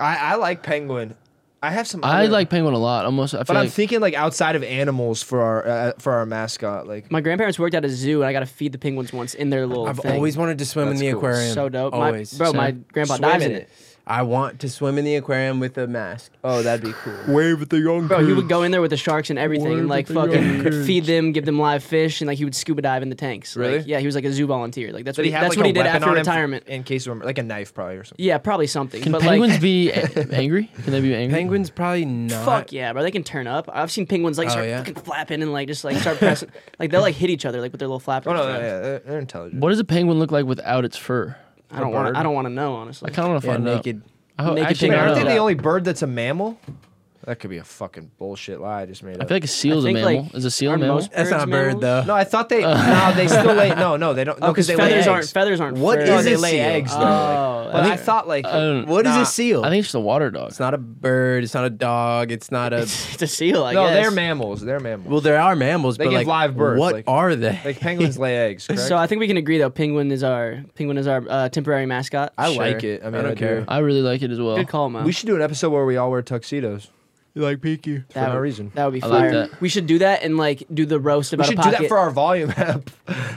I, I like penguin. I have some.
I
other-
like penguin a lot. Almost, I feel
but I'm
like-
thinking like outside of animals for our uh, for our mascot. Like
My grandparents worked at a zoo, and I got to feed the penguins once in their little.
I've
thing.
always wanted to swim in
That's
the
cool.
aquarium.
so dope.
Always,
my, bro. My
Same.
grandpa
Swim
dives
in
in
it.
it.
I want to swim in the aquarium with a mask.
Oh, that'd be cool.
Wave at the young
Bro, he would go in there with the sharks and everything, and
Word
like
with the
fucking
young
feed them, give them live fish, and like he would scuba dive in the tanks. Like,
Really?
yeah, he was like a zoo volunteer. Like that's
Did
what he,
he have
that's
like
what
a
he did
weapon
after
on him
retirement.
in case of like a knife probably or something?
yeah, probably something.
Can
but
penguins
like,
be a- angry? Can they be angry?
Penguins probably not.
fuck yeah, bro, they can turn up. I've seen penguins like
Oh,
start
yeah?
fucking flapping and like just like start pressing. like they'll like hit each other like with their little flappers.
Oh no,
bro.
yeah, they're, they're intelligent.
What does a penguin look like without its fur?
I don't want.
bird.
I don't want to know honestly.
I kind of want to
Yeah,
find out.
naked.
I ho-
Naked
actually,
penguin.
I
Aren't
don't
they
know.
the only bird that's a mammal? That could be a fucking bullshit lie I just made
I
up.
feel like a seal is a
think,
mammal.
like,
is a seal a
aren't
mammal?
most-
That's
Birds,
not a bird
mammals?
though.
no, I thought they. no, they still lay. No, no, they don't. No,
because
because they
Oh,
lay
feathers
eggs.
aren't feathers aren't.
What
fur.
is
No,
a
they lay
seal?
eggs. Though.
Oh,
but I thought like
I don't-
What is
Nah.
a seal?
I think it's just a water dog.
it's not a bird. It's not a dog. It's not a.
it's a seal. I
no,
guess.
they're mammals. They're mammals.
well, there are mammals.
They
but
give
like,
live birth,
What
like-
are they?
like penguins lay eggs. Correct?
So I think we can agree though. Penguin is our penguin is our uh, temporary mascot.
I
Sure.
like it. I mean,
I
I
don't
do.
care.
I really like it as well.
Good call, Mo.
We should do an episode where we all wear tuxedos
like Pikachu.
for
That
no
would-
reason.
That would be
I
fire.
like that.
We should do that and like do the roast
We
about
should
a
do
pocket.
that for our volume app.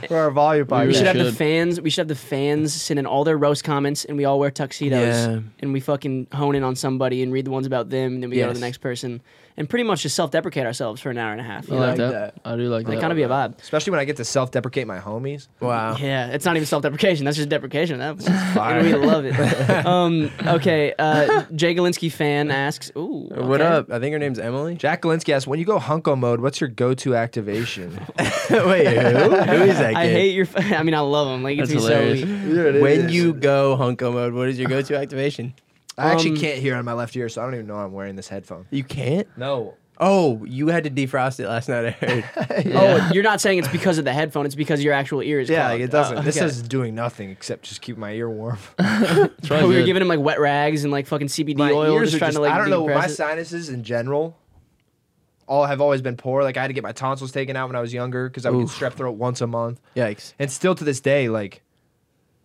for our volume podcast.
we
really
should have the
should.
fans. We should have the fans send in all their roast comments, and we all wear tuxedos,
Yeah.
and we fucking hone in on somebody and read the ones about them, and then we go to the
Yes.
next person, and pretty much just self-deprecate ourselves for an hour and a half.
I
You
like,
know?
that.
that.
I do like
That'd
that.
kind of be a vibe.
Especially when I get to self-deprecate my homies.
Wow.
Yeah, it's not even self-deprecation. That's just deprecation. That was
fire.
and we love it. um, okay, uh, Jay Galinsky fan asks, "Ooh,
What
okay.
up? I think her name's Emily.
Jack Galinsky asks, when you go hunko mode, what's your go-to activation?
Wait, who? Who is that kid?
I hate your. I mean, I love him. Like it's
That's
me so
hilarious.
weak.
when you go hunko mode, what is your go-to activation?
I actually
Um,
can't hear on my left ear, so I don't even know I'm wearing this headphone.
You can't.
No.
Oh, you had to defrost it last night. I heard.
Oh, you're not saying it's because of the headphone. It's because your actual ear is.
Yeah,
clogged.
like it doesn't.
Oh,
This
okay.
is doing nothing except just keep my ear warm.
It's
Oh,
probably
we were
good.
giving him like wet rags and like fucking CBD
my
oil,
ears
just
are
trying to like.
I don't know.
decompress
My
it.
sinuses in general all have always been poor. Like I had to get my tonsils taken out when I was younger because I would get strep throat once a month,
Yikes.
and still to this day, like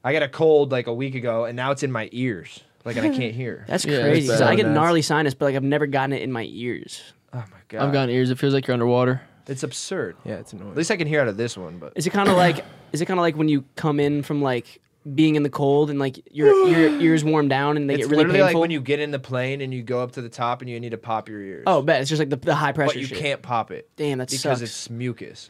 I got a cold like a week ago, and now it's in my ears, like and I can't hear.
That's
Yeah,
crazy.
that's
'cause I
so
get
nuts.
gnarly sinus, but like I've never gotten it in my ears.
oh my god,
I've gotten ears. It feels like you're underwater.
it's absurd.
Yeah, it's annoying.
At least I can hear out of this one, but
Is it kind of like? Is it kind of like when you come in from like being in the cold and like your your ears warm down and they
it's
get really
literally
painful?
like when you get in the plane and you go up to the top and you need to pop your ears.
oh, bet it's just like the, the high pressure.
but you
shit.
can't pop it.
Damn, that
because
sucks.
it's mucus.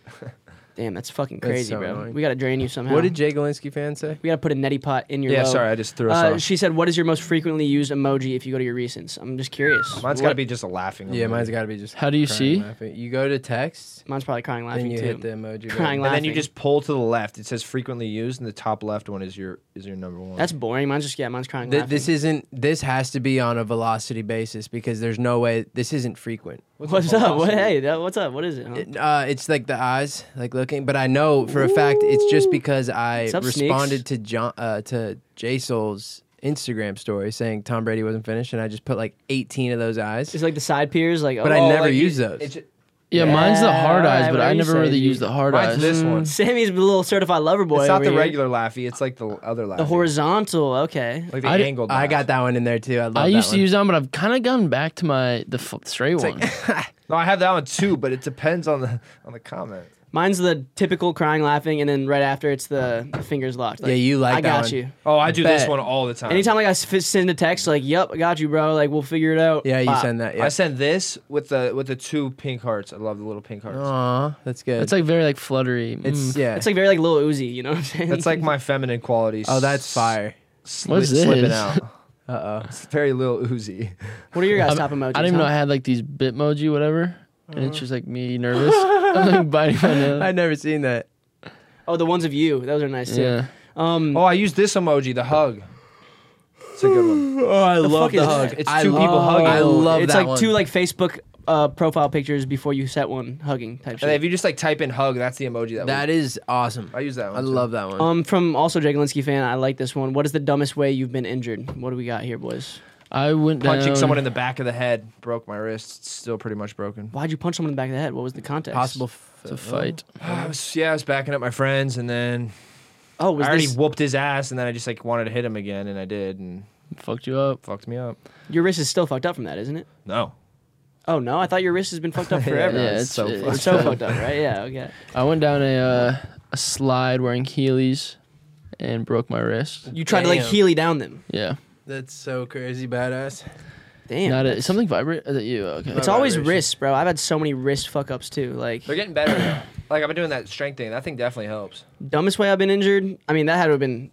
Damn, that's fucking
That's
crazy,
so
bro.
annoying.
We gotta drain you somehow.
What did Jay Galinsky fan say?
we gotta put a neti pot in your?
Yeah,
lobe.
sorry, I just threw us
Uh,
off.
she said, "What is your most frequently used emoji if you go to your recents?" I'm just curious.
Mine's got to be just a laughing.
Yeah,
emoji.
mine's got to be just.
How do you
crying,
see?
laughing. You go to text,
Mine's probably crying laughing
then you
too.
hit the emoji. button.
Crying
And
laughing.
then you just pull to the left. It says frequently used, and the top left one is your is your number one.
That's boring. Mine's just yeah. Mine's crying
Th-
laughing.
this isn't. This has to be on a velocity basis because there's no way. This isn't frequent.
What's up? What, hey, that, what's up? What is it? Huh?
It- uh, it's like the eyes, like looking. But I know for a fact it's just because I
Sup, Sneaks?
responded to John uh, to Jay Soul's Instagram story saying Tom Brady wasn't finished, and I just put like 18 of those eyes.
It's like the side peers, like
But I
oh,
never
like,
use those.
It's ju-
Yeah, mine's the hard
alright,
eyes, but
what
I
you
never
say,
really
G.
use the hard
mine's
eyes.
this
Mm.
one. It's
Sammy's a little certified lover boy.
not
over
the
here.
regular laughy. It's like the other laughy.
The horizontal. Okay.
like the
I d-
angled.
I
laugh.
got that one in there too. I, love
I
that
used to
one.
use them, but I've kind of gone back to my the f- straight one.
No, I have that one too, but it depends on the on the comment.
Mine's the typical crying laughing, and then right after it's the fingers locked. Like,
Yeah, you like
I
that
got
one.
you.
Oh, I do this
Bet.
one all the time.
Anytime like, I s- send a text, like, "Yep, I got you, bro. Like, we'll figure it out."
Yeah, you
Bop.
send that. Yeah.
I send this with the with the two pink hearts. I love the little pink hearts.
Aw, that's good.
It's like very like fluttery.
it's
Mm.
yeah.
It's like very like little Uzi, you know what I'm saying?
That's like my feminine qualities.
oh, that's fire.
Sli-
What's this?
Slipping out.
Uh oh.
It's very little Uzi.
What are your guys'
I'm-
top emojis?
I didn't even know I
huh?
had like these Bitmoji, whatever, and it's just like me nervous. I'm like biting my nail.
I've never seen that.
Oh, the ones of you. Those are nice too.
Yeah,
Um,
Mm.
Oh, I use this emoji, the hug. It's a good one.
Oh, I love
fuck is that?
It's two people hugging.
I love
it's
that
like
one.
two like Facebook uh, profile pictures before you set one hugging type
And
shit.
if you just like type in hug, that's the emoji that.
That
we,
is awesome.
I use that one.
I
too.
love that one.
um, from also Jay Galinsky fan, I like this one. What is the dumbest way you've been injured? What do we got here, boys?
I went
punching
down.
someone in the back of the head. Broke my wrist. It's still pretty much broken.
Why'd you punch someone in the back of the head? What was the context?
Possible. F-
It's a fight.
I was, yeah, I was backing up my friends, and then
Oh, was
I already
this,
whooped his ass, and then I just like wanted to hit him again, and I did, and
Fucked you up.
fucked me up.
your wrist is still fucked up from that, isn't it?
No,
Oh no, I thought your wrist has been fucked up forever.
Yeah,
it's
it's
so
it-
It's so fucked up, right? Yeah. Okay.
I went down a uh, a slide wearing Heelys and broke my wrist.
You tried to like
Damn.
Healy down them.
Yeah,
That's so crazy badass.
Damn.
Not a,
that's-
something vibrate. You okay?
It's
my
always
vibration.
wrists, bro. I've had so many wrist fuck ups too. Like
They're getting better. though. like I've been doing that strength thing. That thing definitely helps.
dumbest way I've been injured. I mean, that had to have been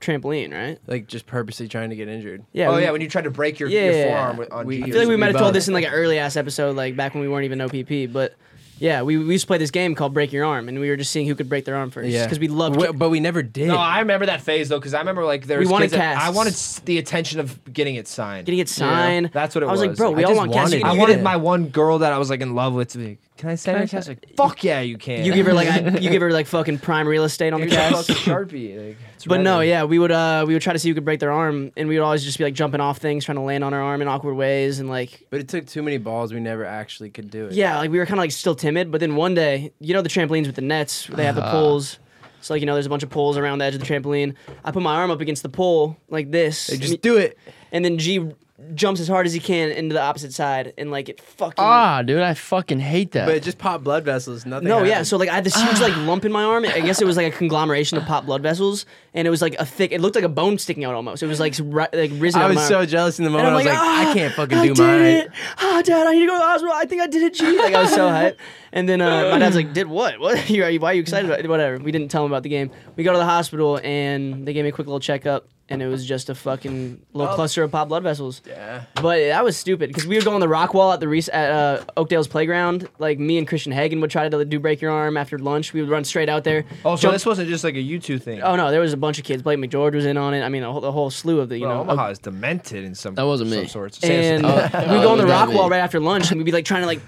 trampoline, right?
Like just purposely trying to get injured.
Yeah.
oh
we-
yeah, when you tried to break your,
Yeah.
your forearm with, on
We-
G.
I feel like we might have told
both.
this in like an early ass episode, like back when we weren't even OPP. But yeah, we, we used to play this game called Break Your Arm, and we were just seeing who could break their arm first.
Yeah,
Because we loved.
Wh- but we never did.
No, I remember that phase though, because I remember like there
We
was
wanted
kids that- I
casts.
wanted s- the attention of getting it signed.
Getting it signed.
That's what it
I was like,
was.
bro, we
I
all
just
want cats. You
wanted it.
can-
I
you
wanted
can-
my one girl that I was like in love with to be. like, Can I sign her?
I
I was like, fuck yeah, you can.
You give her like I, you give her like fucking prime real estate on the
Here's a
cast.
fucking sharpie. like, it's
But no,
ready.
yeah, we would uh we would try to see who could break their arm, and we would always just be like jumping off things, trying to land on our arm in awkward ways, and like
but it took too many balls. We never actually could do it.
yeah, like we were kind of like still timid. But then one day, you know, the trampolines with the nets, they
Uh-huh.
have the poles. So like you know, there's a bunch of poles around the edge of the trampoline. I put my arm up against the pole like this,
They
and
just
he-
do it.
and then G jumps as hard as he can into the opposite side, and like it fucking
Ah, dude, I fucking hate that.
But it just popped blood vessels. Nothing.
No, yeah.
happened.
So like I had this huge like
Ah.
lump in my arm. I guess it was like a conglomeration of pop blood vessels, and it was like a thick. It looked like a bone sticking out almost. It was like ri- like risen.
I
out of
was
my arm.
so jealous in the
And
moment.
I'm
I was like,
"Ah,
I can't fucking
I
do
did
mine.
It. Oh, dad, I need to go to the hospital. I think I did it, G. Like I was so hyped. And then uh, my dad's like, did what? What? You- Why are you excited about it? Whatever. We didn't tell him about the game. We go to the hospital and they gave me a quick little checkup. And it was just a fucking little
Oh.
cluster of pop blood vessels. Yeah. But that was stupid because we would go on the rock wall at the rec- at uh, Oakdale's playground. Like me and Christian Hagen would try to do break your arm after lunch. We would run straight out there.
Oh, so
jump-
this wasn't just like a you two thing.
oh no, there was a bunch of kids. Blake McGeorge was in on it. I mean, a whole, the whole slew of the you
Bro, oh
know
Omaha is demented in some.
That wasn't me.
Some sorts.
and uh,
Samson.
we
oh,
go on the
yeah,
rock wall
dude.
right after lunch, and we'd be like trying to like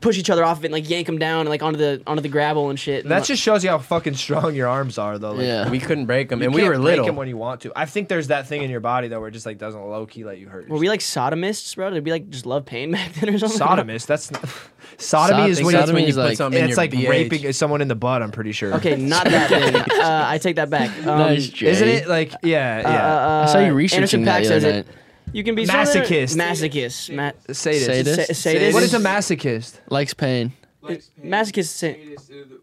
push each other off of it, and like yank them down, and like onto the onto the gravel and shit. And,
that
like,
just shows you how fucking strong your arms are, though. Like,
yeah.
We couldn't break them,
you
and we
can't
were
break
little.
'em when you want to. I think there's that thing in your body though, where it just like doesn't low key let you hurt.
were we like sodomists, bro? Did we like just love pain back then or something?
sodomist? That's sodomy is
Sod-
when
sodomy
you,
is
put
like-
something in
it's
your
like
BH.
raping someone in the butt. I'm pretty sure.
Okay, not that then. Uh, I take that back. Um,
Nice, Jay.
Isn't it like yeah
uh,
yeah?
uh,
I saw you
uh,
researching
Anderson
that
Paak
the
says
other
it.
night.
You can be sodomist-
Masochist.
Masochist. Ma-
sadist.
Sadist?
sa- uh, sadist.
What is a masochist?
Likes pain.
Likes pain,
masochist is sa-
sadist, uh, the-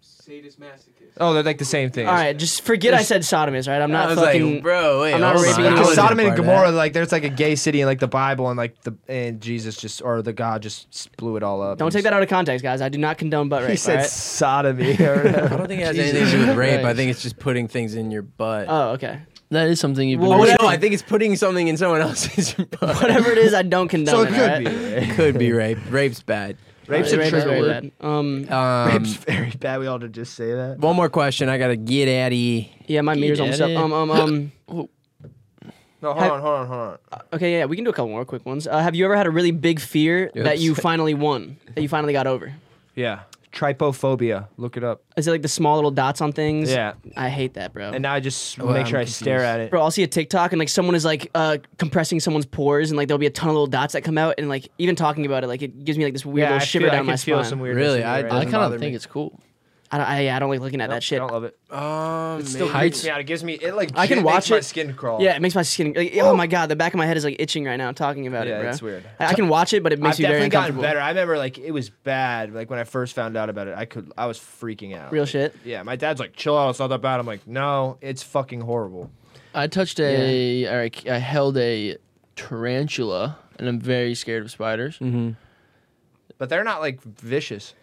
sadist masochist.
Oh, they're like the same thing.
All right, just forget I said sodomist. All right, I'm not
I was
fucking.
like, bro, wait,
I'm not
hold
raping
on.
you.
I
Because
wasn't a
Sodom and
part of
Gomorrah,
that.
like there's like a gay city in like the Bible, and like the and Jesus just or the God just blew it all up.
Don't
and
take that out of context, guys. I do not condone butt rape.
He
all
said
right?
sodomy.
I don't think it has
Jesus
anything to do with rape. I
Christ.
think it's just putting things in your butt.
Oh, okay.
That is something you've been.
oh
researching.
no, I think it's putting something in someone else's butt.
Whatever it is, I don't condone
so
it.
it
all
could
right?
be.
Could be rape. Rape's bad.
Rape's a
Rape is
trigger
very
word.
bad. Um,
Um,
Rape's very bad. We all to just say that.
one more question. I gotta get at e.
yeah, my meter's
Yeah,
almost up.
yeah.
Um, um, um.
No, hold on, hold on, hold on.
Okay, yeah, we can do a couple more quick ones. Uh, have you ever had a really big fear that you finally won, that you finally got over?
Yeah, trypophobia. Look it up.
Is it like the small little dots on things?
Yeah.
I hate that, bro.
And now I just
Well,
make sure
I'm
I stare at it.
Bro, I'll see a TikTok and like someone is like uh, compressing someone's pores and like there'll be a ton of little dots that come out and like even talking about it like it gives me like this weird
yeah,
little
I
shiver
feel, I
down
could
my
feel
spine.
some weird.
Really,
I,
I-
I
doesn't
kind of
bother
think
me.
it's cool.
I don't, I, yeah, I don't like looking at that shit.
I don't love it.
Um, it's
Still
Heights.
creeps me out. It gives me. It like.
I can
oh, it
watch
makes my
it.
skin crawl.
Yeah, it makes my skin. Like, oh my god, the back of my head is like itching right now talking about it.
Yeah,
bro.
it's weird.
I, I can watch it, but it makes
I've
you very
definitely gotten
uncomfortable.
better. I remember like it was bad. Like when I first found out about it, I could I was freaking out.
Real shit.
Yeah, my dad's like, chill out, it's not that bad. I'm like, no, it's fucking horrible.
I touched a, or I, I held a tarantula, and I'm very scared of spiders.
Mm-hmm.
But they're not like vicious.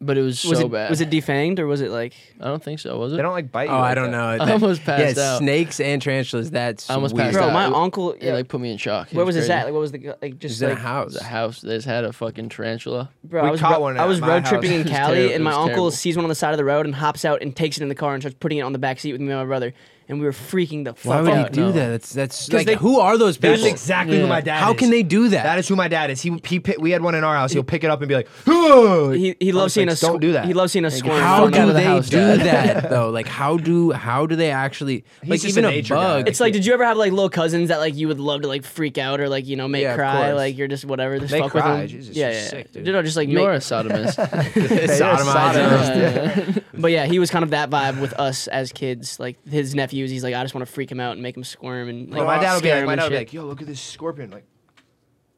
But it was,
was
so
it
bad.
was it defanged or was it like
I don't think so. Was it?
They don't like bite you.
Oh, I
like
don't
that.
know.
I almost passed
yeah,
out.
Snakes and tarantulas. That's
I almost
weird.
passed
bro
out.
my
It-
uncle
It like put me in shock. It
where was this
crazy.
at like what was the like
It
just
was in a
like
house.
The house that just had a fucking tarantula.
bro
We
I was,
caught
ro-
one
I
at
was
my
road
house.
tripping
It
in
was
Cali
terrible.
and
It
my
was
uncle
terrible.
sees one on the side of the road and hops out and takes it in the car and starts putting it on the back seat with me and my brother and we were freaking the fuck
Why would
out
he do
no.
that? That's that's like
they-
who are those people?
That's exactly who
Yeah.
my dad
How
is.
can they do that?
That is who my dad is. He he pick, we had one in our house. He'll pick it up and be like, "Whoa!"
he, he loves
I was
seeing
like,
us
Don't do that.
he loves seeing us squirm
how
in front of
do
the
they
house,
do
Dad.
that though? Like how do how do they actually like
just
even
a
a,
nature guy.
bug?
it's like did you ever have like little cousins that like you would love to like freak out or like you know make
Yeah, of
cry
course.
like you're just whatever just
Make
fuck
cry?
with them
Jesus,
yeah
you're
yeah
sick, dude.
no just like
You
make,
are a sodomist.
sodomized.
But yeah, he was kind of that vibe with us as kids. Like his nephews, he's like, I just want to freak him out and make him squirm and like.
Well, my dad will be
scare
like,
him
my
and
dad will be
shit.
like, "Yo, look at this scorpion!" Like,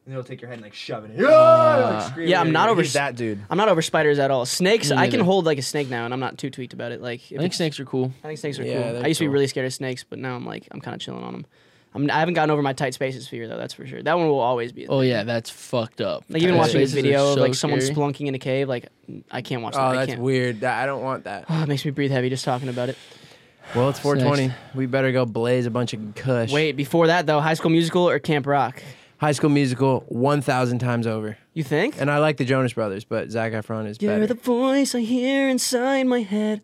and they'll take your head and like shove it. In. Ah, like, scream
yeah,
at
I'm
you.
not over
He's that dude.
I'm not over spiders at all. Snakes,
Me
I can
neither.
hold like a snake now, and I'm not too tweaked about it. Like, if
I think
it's-
snakes are cool.
I think snakes are
Yeah,
cool.
they're
I used to be
cool.
really scared of snakes, but now I'm like, I'm kind of chilling on them. I mean, I haven't gotten over my tight spaces fear though. That's for sure. That one will always be.
Oh yeah, that's fucked up.
Like even
Tight
watching this
spaces are
video of
so
like someone
scary.
splunking in a cave, like I can't watch that.
Oh,
I
that's
can't.
weird. That- I don't want that.
Oh, it makes me breathe heavy just talking about it.
Well, it's 420.
next?
We better go blaze a bunch of kush.
Wait, before that though, High School Musical or Camp Rock?
High School Musical, 1,000 times over.
You think?
And I like the Jonas Brothers, but Zach Efron is
You're
better.
the voice I hear inside my head.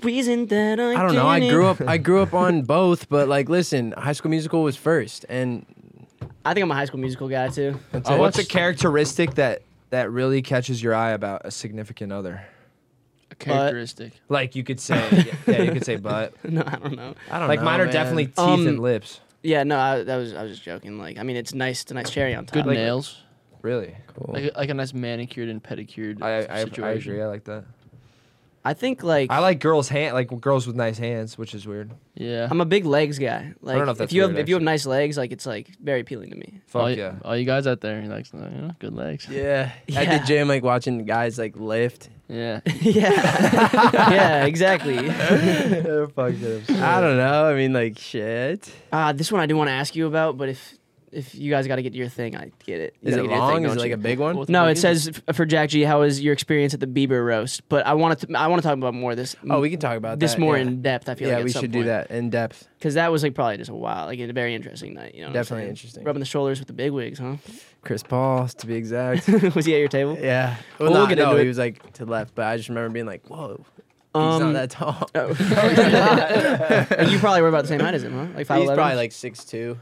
The reason that I
I don't know. I
didn't-
grew up. I grew up on both, but like, listen, High School Musical was first, and
I think I'm a High School Musical guy too. Oh,
that's
Uh,
it.
what's a characteristic that that really catches your eye about a significant other?
characteristic.
Like you could say, yeah, you could say, but
no, I don't know.
I don't
like
know,
mine are
man.
definitely teeth
Um,
and lips.
Yeah, no, I, that was I was just joking. Like, I mean, it's nice, it's a nice cherry on top.
Good
Like,
nails.
Really,
Like, like a nice manicured and pedicured
I I,
situation.
I agree. I like that.
I think like
I like girls' hand, like girls with nice hands, which is weird.
Yeah.
I'm a big legs guy. Like,
know if
if
that's
you have
weird,
if you have
actually.
nice legs, like it's like very appealing to me.
Fuck
all, you-
yeah.
all you guys out there, you like, you know, good legs. Yeah.
Yeah. at
Yeah.
the gym, like watching the guys like lift.
yeah, yeah, exactly.
I don't know. I mean, like shit.
Uh, this one I do want to ask you about, but if if you guys got to get your thing, I get it. You
Is
gotta
it
get your
long?
Thing,
Is it
don't
like
you?
a big one?
No, it says f- for Jack G. How was your experience at the Bieber roast? But I want to I want to talk about more of this.
Oh, we can talk about
this
that,
more
yeah.
in depth. I feel
Yeah,
like at
we
some
should do
point.
that in depth.
because that was like probably just a while, like a very interesting night. You know, what I'm
Definitely
saying?
interesting.
Rubbing the shoulders with the big wigs, huh?
Chris Paul, to be exact.
was he at your table?
yeah. Well,
Well, we'll
not-
get
no,
into
he
it.
was like to the left, but I just remember being like, whoa, he's not
Um,
that tall.
and you probably were about the same height as him, huh? Like five
he's probably like six two.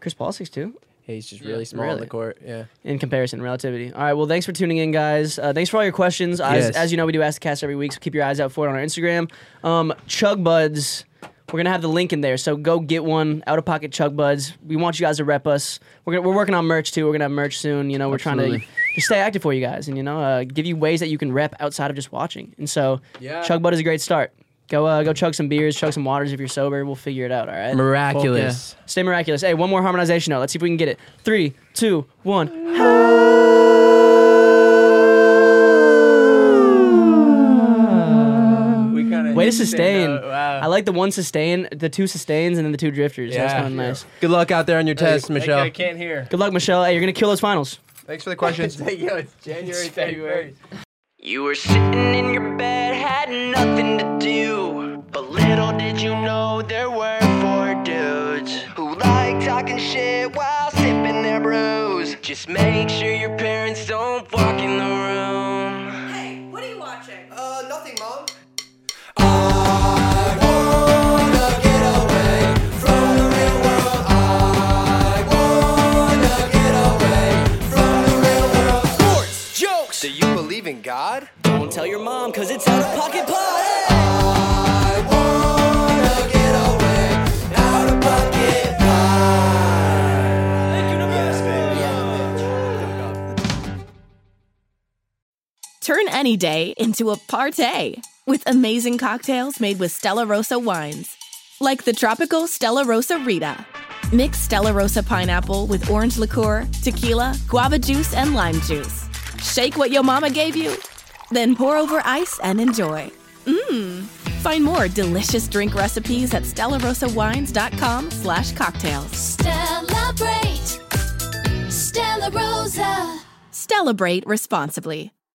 Chris Paul, six two.
He's just really small on
really.
the court. Yeah.
in comparison, relativity. All right. Well, thanks for tuning in, guys. Uh, thanks for all your questions. As,
Yes.
as you know, we do Ask the Cast every week, so keep your eyes out for it on our Instagram. Um, Chug Buds. We're gonna have the link in there, so go get one out of pocket Chug Buds. We want you guys to rep us. We're gonna, we're working on merch too. We're gonna have merch soon. You know, we're trying to
Absolutely.
just stay active for you guys, and you know, uh, give you ways that you can rep outside of just watching. And so,
Yeah.
Chug Bud is a great start. Go uh, go chug some beers, chug some waters if you're sober. We'll figure it out. All right.
Miraculous.
Fuck
Stay miraculous. Hey, one more harmonization note. Let's see if we can get it. Three, two, one.
We kind of
Way to sustain.
Wow.
I like the one sustain, the two sustains, and then the two drifters. That's kind of nice.
Good luck out there on your test, Michelle.
can't hear.
Good luck, Michelle. Hey, you're going to kill those finals.
Thanks for the questions.
Yo, it's January, February.
You were sitting in your bed, had nothing to do. But little did you know there were four dudes who like talking shit while sipping their brews. Just make sure your parents don't walk in the room. Hey, what are you watching? Uh, nothing, Mom.
Do you believe in God?
Don't tell your mom, cause it's out of pocket pot.
Turn any day into a party with amazing cocktails made with Stella Rosa wines, like the tropical Stella Rosa Rita. Mix Stella Rosa pineapple with orange liqueur, tequila, guava juice, and lime juice. Shake what your mama gave you, then pour over ice and enjoy. Mmm. Find more delicious drink recipes at stellarosawines.com slash cocktails.
Celebrate Stella Rosa.
Celebrate responsibly.